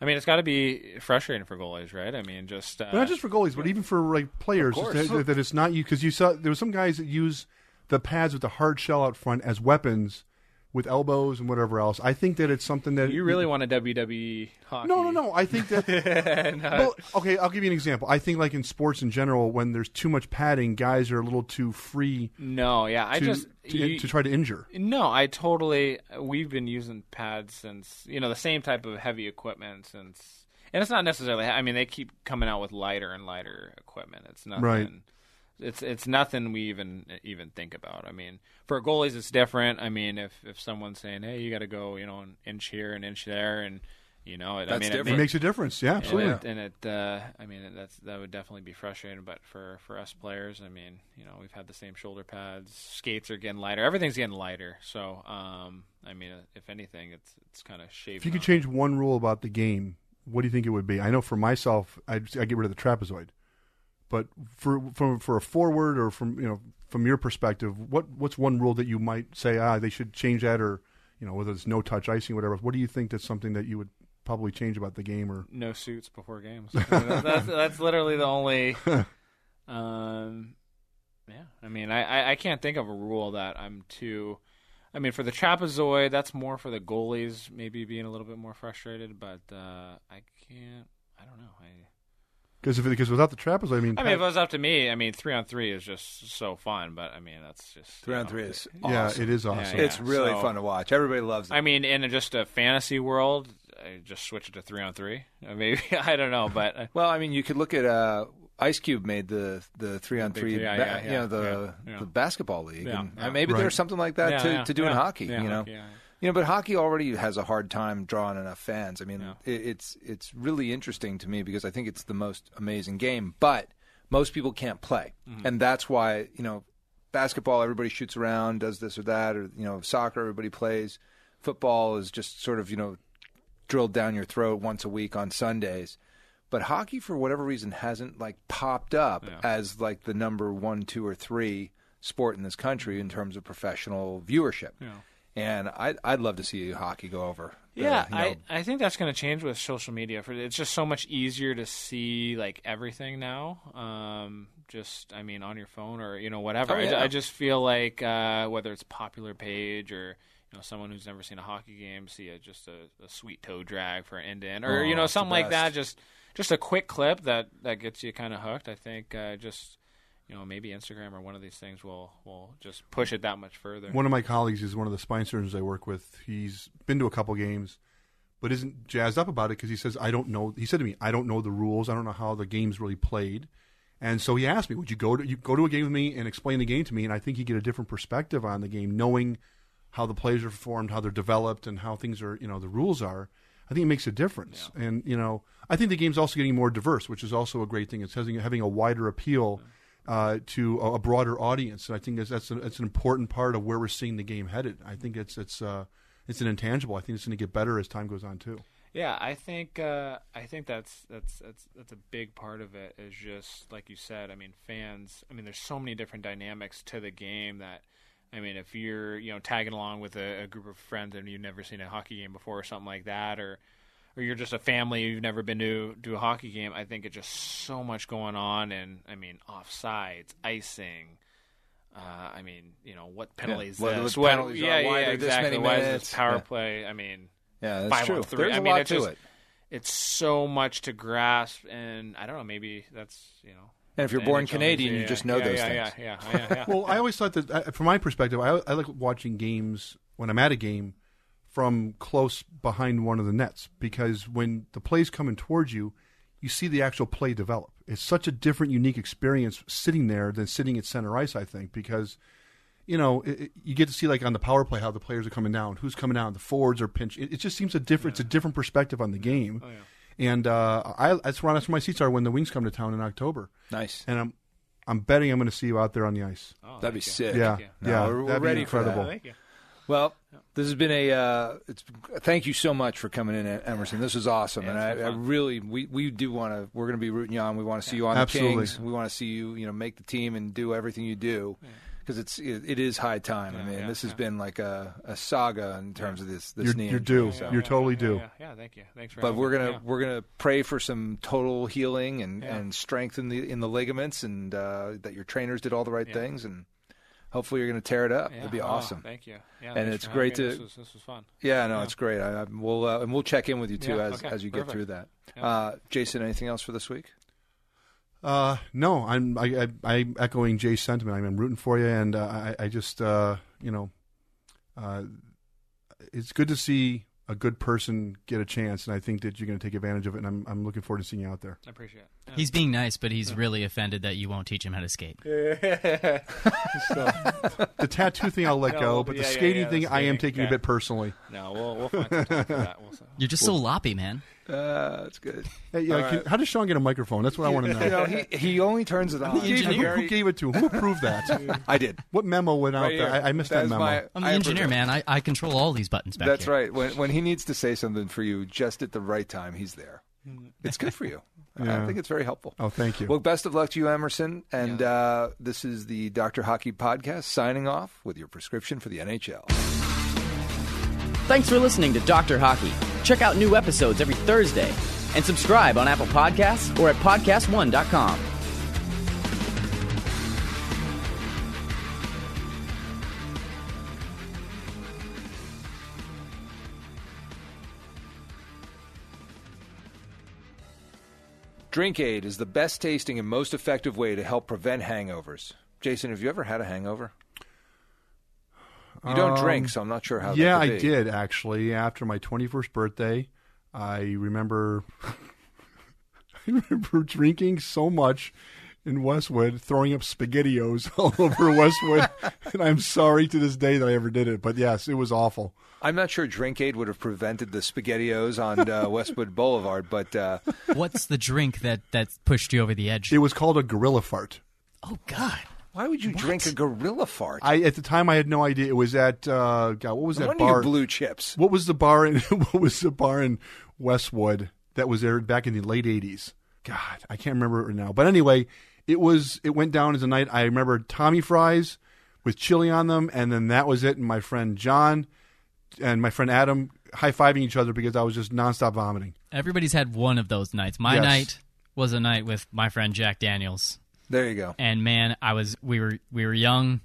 F: I mean, it's got to be frustrating for goalies, right? I mean, just uh,
D: But not just for goalies, but even for like players
E: Of
D: is
E: course.
D: that, that it's not you because you saw there were some guys that use the pads with the hard shell out front as weapons with elbows and whatever else. I think that it's something that
F: you really want a WWE hockey?
D: No, no, no. I think that. Well, okay, I'll give you an example. I think like in sports in general, when there's too much padding, guys are a little too free
F: no. Yeah, I
D: to
F: just
D: to,
F: you-
D: to try to injure.
F: No, I totally. We've been using pads since you know the same type of heavy equipment since, and it's not necessarily. I mean, they keep coming out with lighter and lighter equipment. It's nothing.
D: Right.
F: It's it's nothing we even even think about. I mean, for goalies, it's different. I mean, if if someone's saying, "Hey, you got to go," you know, an inch here, an inch there, and you know, it, I
E: That's
F: mean,
E: different.
F: it
D: It makes
F: makes
D: a difference. Yeah,
F: and
D: absolutely.
F: it, and it uh, I mean, that's that would definitely be frustrating. But for for us players, I mean, you know, we've had the same shoulder pads. Skates are getting lighter. Everything's getting lighter. So, um, I mean, if anything, it's it's kind of shaving.
D: If you could
F: off.
D: change one rule about the game, what do you think it would be? I know for myself, I'd, I'd get rid of the trapezoid. But for from for a forward or from you know from your perspective, what what's one rule that you might say ah they should change that or you know whether it's no touch icing whatever? What do you think that's something that you would probably change about the game or
F: no suits before games.
D: [laughs]
F: that's, that's that's literally the only. Um, yeah, I mean, I, I I can't think of a rule that I'm too. I mean, for the trapezoid, that's more for the goalies, maybe being a little bit more frustrated. But uh, I can't. I don't know. I.
D: Because if because without the trapezoid, I mean,
F: I mean, if it was up to me, I mean, three on three is just so fun. But I mean, that's just
E: Three
F: you
E: on
F: know.
E: three is awesome.
D: yeah, it is awesome.
F: Oh, yeah.
E: It's really
F: So-
E: fun to watch. Everybody loves it.
F: I mean, in just a fantasy world, I just switch it to three on three. [laughs] Uh, Maybe I don't know, but uh,
E: well, I mean, you could look at uh, Ice Cube made the the three on three,
F: three, yeah,
E: ba-
F: yeah,
E: you know, the
F: yeah, yeah.
E: the basketball league,
F: Yeah,
E: and, and uh,
F: yeah.
E: maybe
D: Right.
E: there's something like that [laughs]
F: Yeah,
E: to,
F: yeah,
E: to do in
F: yeah.
E: hockey.
F: Yeah,
E: you know,
F: hockey, yeah, yeah.
E: you know, but hockey already has a hard time drawing enough fans. I mean, it, it's it's really interesting to me because I think it's the most amazing game, but most people can't play, and that's why you know, basketball everybody shoots around, does this or that, or you know, soccer everybody plays. Football is just sort of you know drilled down your throat once a week on Sundays. But hockey, for whatever reason, hasn't like popped up as like the number one, two, or three sport in this country in terms of professional viewership. And I'd, I'd love to see hockey go over. the,
F: Yeah,
E: you know,
F: I, I think that's going to change with social media. For it's just so much easier to see like everything now. Um, just I mean on your phone or you know whatever.
E: Oh, yeah.
F: I, I just feel like uh, whether it's popular page or you know someone who's never seen a hockey game see a, just a, a sweet toe drag for an end in or
E: Oh,
F: you know
E: it's the
F: something like that.
E: best.
F: Just just a quick clip that that gets you kind of hooked. I think uh, just you know maybe Instagram or one of these things will will just push it that much further.
D: One of my colleagues is one of the spine surgeons I work with. He's been to a couple games, but isn't jazzed up about it because he says, I don't know. He said to me, I don't know the rules. I don't know how the game's really played. And so he asked me, Would you go to you go to a game with me and explain the game to me? And I think he'd get a different perspective on the game, knowing how the plays are formed, how they're developed, and how things are, you know, the rules are. I think it makes a difference. And, you know, I think the game's also getting more diverse, which is also a great thing. It's having, having a wider appeal uh, to a, a broader audience. And I think that's, that's, a, that's an important part of where we're seeing the game headed. I think it's, it's, uh, it's an intangible. I think it's going to get better as time goes on, too.
F: Yeah, I think uh, I think that's that's that's that's a big part of it is just like you said. I mean, fans. I mean, there's so many different dynamics to the game that. I mean, if you're you know tagging along with a, a group of friends and you've never seen a hockey game before or something like that, or or you're just a family you've never been to to a hockey game, I think it's just so much going on. And I mean, offsides, icing. Uh, I mean, you know, what penalty is
E: What- what
F: this? What-
E: penalties are-
F: yeah,
E: why
F: yeah,
E: are there this many
F: exactly. Why is
E: minutes?
F: this power
E: Yeah.
F: play? I mean
E: yeah, that's
F: five
E: true.
F: on three.
E: There's
F: I
E: a
F: mean,
E: lot
F: it's
E: to
F: just-
E: it.
F: it's so much to grasp, and I don't know. Maybe that's you know.
E: And if you're
F: the
E: born
F: NHL
E: Canadian,
F: is-
E: you
F: yeah,
E: just know
F: yeah,
E: those
F: yeah,
E: things.
F: Yeah, yeah, yeah. yeah.
D: well, I always thought that, I, from my perspective, I, I like watching games when I'm at a game from close behind one of the nets because when the play's coming towards you, you see the actual play develop. It's such a different, unique experience sitting there than sitting at center ice, I think, because you know, it, it- you get to see like on the power play how the players are coming down, who's coming down, the forwards are pinched. It, it just seems a different. It's a different perspective on the game. And uh, I that's where that's where my seats are when the Wings come to town in October.
E: Nice.
D: And I'm I'm betting I'm going to see you out there on the ice.
F: Oh,
E: That'd be sick.
D: yeah,
E: No,
D: yeah,
E: we're, we're
D: that'd be
E: ready
D: incredible.
E: for that. Well, this has been a. Uh, it's thank you so much for coming in, Emerson. This was awesome, and I, I really we, we do want to. We're going to be rooting you on. We want to see you on
D: Absolutely.
E: the Kings. We want to see you, you know, make the team and do everything you do because it's it, it is high time. I mean, this has been like a, a saga in terms of this this
D: You're,
E: knee
D: you're
E: injury,
D: due.
E: so.
D: You're totally
F: yeah,
D: due.
F: yeah, yeah, Thank you. Thanks for.
E: But
F: having
E: we're
F: me.
E: gonna
F: Yeah.
E: we're gonna pray for some total healing and, and strength in the in the ligaments, and uh, that your trainers did all the right things, and hopefully you're gonna tear it up.
F: Yeah.
E: It'd be
F: Oh,
E: awesome.
F: thank you. Yeah,
E: And
F: thanks
E: it's
F: for having
E: great
F: me.
E: to-
F: This was, this was fun.
E: Yeah, no, it's great. I, I, we'll uh, and we'll check in with you too
F: Yeah,
E: as
F: okay,
E: as you get
F: perfect.
E: through that. Uh, Jason, anything else for this week?
D: Uh, no, I'm I, I, I'm echoing Jay's sentiment. I'm, rooting for you, and uh, I I just uh, you know, uh, it's good to see a good person get a chance, and I think that you're going to take advantage of it. And I'm I'm looking forward to seeing you out
F: [laughs]
D: there.
F: I appreciate it.
G: He's being nice, but he's really offended that you won't teach him how to skate.
D: The tattoo thing I'll let
F: [laughs] No,
D: go,
F: well,
D: but
F: yeah,
D: the
F: yeah,
D: skating
F: yeah, the
D: thing I am
F: skating,
D: taking a
F: yeah.
D: bit personally.
F: No, we'll we'll [laughs] find some time for that. We'll see.
G: You're just so loppy, man.
E: Uh, that's [laughs] good.
D: Hey, yeah,
E: All
D: can-
E: right.
D: how does Sean get a microphone? That's what I want to know.
E: You
F: [laughs]
E: know, he, he only [laughs] turns it on.
D: Who gave, who, who gave it to him? Who approved that?
F: [laughs]
E: I did.
D: what memo went out
E: Right
D: there?
E: here.
D: I, I missed
E: is
D: that memo.
E: my-
G: I'm the
E: I
G: engineer,
E: approve.
G: man. I, I control all these buttons back
E: That's
G: here.
E: right. When when he needs to say something for you, just at the right time, he's there. It's good for you. I
D: Yeah.
E: think it's very helpful.
D: Oh, thank you.
E: Well, best of luck to you, Emerson. And uh, this is the Doctor Hockey podcast signing off with your prescription for the NHL.
H: Thanks for listening to Dr. Hockey. Check out new episodes every Thursday and subscribe on Apple Podcasts or at podcastone.com.
E: Drink Aid is the best tasting and most effective way to help prevent hangovers. Jason, have you ever had a hangover? You don't drink, so I'm not sure how.
D: yeah,
E: that
D: I
E: could be.
D: did actually. After my 21st birthday, I remember [laughs] I remember drinking so much in Westwood, throwing up spaghettios [laughs] all over
E: [laughs]
D: Westwood, and I'm sorry to this day that I ever did it. But yes, it was awful.
E: I'm not sure Drink Aid would have prevented the SpaghettiOs
D: [laughs]
E: on uh, Westwood Boulevard, but uh,
G: What's the drink that that pushed you over the edge?
D: It was called a gorilla fart.
G: oh God!
E: why would you drink a gorilla fart?
D: I at the time I had no idea it was at uh, God. What was
E: no
D: that
E: wonder
D: bar?
E: you blue chips.
D: What was the bar in [laughs] What was the bar in Westwood that was there back in the late '80s? God, I can't remember it now. But anyway, it was. It went down as a night. I remember Tommy fries with chili on them, and then that was it. And my friend John and my friend Adam high fiving each other because I was just nonstop vomiting.
G: Everybody's had one of those nights. My
D: Yes.
G: night was a night with my friend Jack Daniels,
E: There you go.
G: and man, I was we were we were young,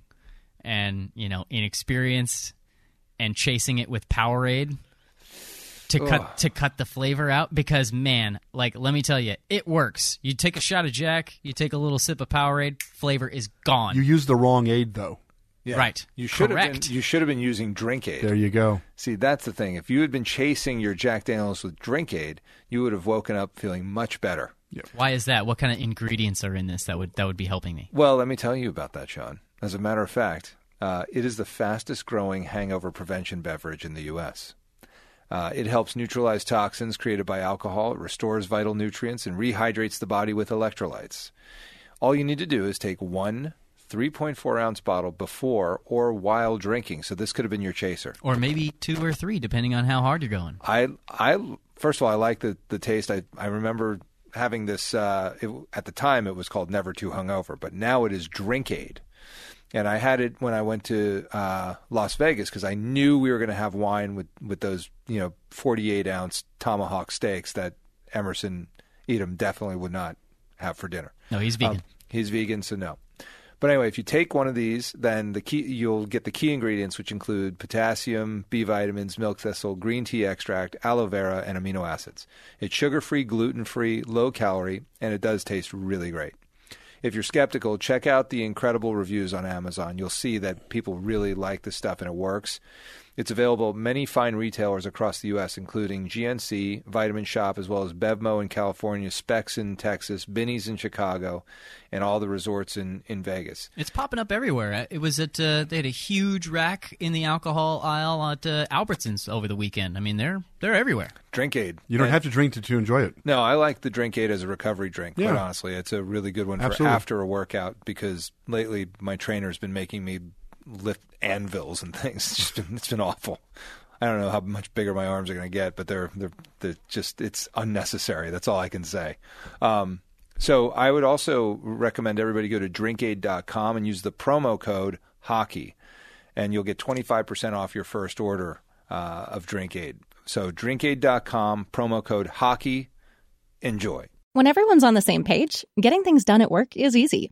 G: and you know inexperienced, and chasing it with Powerade to cut to cut the flavor out because man, like let me tell you, it works. You take a shot of Jack, you take a little sip of Powerade, flavor is gone.
D: You used the wrong aid though.
E: Yeah.
G: Right.
E: You should have
G: Correct.
E: been. You should have been using Drink Aid.
D: There you go.
E: See, that's the thing. If you had been chasing your Jack Daniels with Drink Aid, you would have woken up feeling much better.
G: Why is that? What kind of ingredients are in this that would that would be helping me?
E: Well, let me tell you about that, Sean. As a matter of fact, uh, it is the fastest growing hangover prevention beverage in the U.S. Uh, it helps neutralize toxins created by alcohol, it restores vital nutrients, and rehydrates the body with electrolytes. All you need to do is take one 3.4 ounce bottle before or while drinking. So this could have been your chaser.
G: Or maybe two or three, depending on how hard you're going.
E: I I first of all I like the the taste. I I remember having this uh, it, at the time. It was called Never Too Hungover, but now it is Drink Aid. And I had it when I went to uh, Las Vegas because I knew we were going to have wine with, with those you know forty eight ounce tomahawk steaks that Emerson Edom definitely would not have for dinner.
G: No, he's vegan.
E: Um, he's vegan, so no. But anyway, if you take one of these, then the key you'll get the key ingredients, which include potassium, B vitamins, milk thistle, green tea extract, aloe vera, and amino acids. It's sugar free, gluten free, low calorie, and it does taste really great. If you're skeptical, check out the incredible reviews on Amazon. You'll see that people really like this stuff and it works. It's available at many fine retailers across the U.S., including GNC, Vitamin Shop, as well as Bevmo in California, Specs in Texas, Binnie's in Chicago, and all the resorts in, in Vegas.
G: It's popping up everywhere. It was at uh, they had a huge rack in the alcohol aisle at uh, Albertsons over the weekend. I mean, they're they're everywhere.
E: Drink Aid.
D: You don't have to drink to, to enjoy it.
E: No, I like the Drink Aid as a recovery drink. Quite
D: Yeah.
E: honestly, it's a really good one for
D: Absolutely.
E: after a workout because lately my trainer's been making me lift anvils and things. [laughs] It's, just been, it's been awful. I don't know how much bigger my arms are going to get, but they're, they're they're just it's unnecessary. That's all I can say. Um, so I would also recommend everybody go to drinkaid.com and use the promo code hockey, and you'll get 25% off your first order uh, of Drink Aid. So drinkaid.com promo code hockey. Enjoy.
A: When everyone's on the same page, getting things done at work is easy.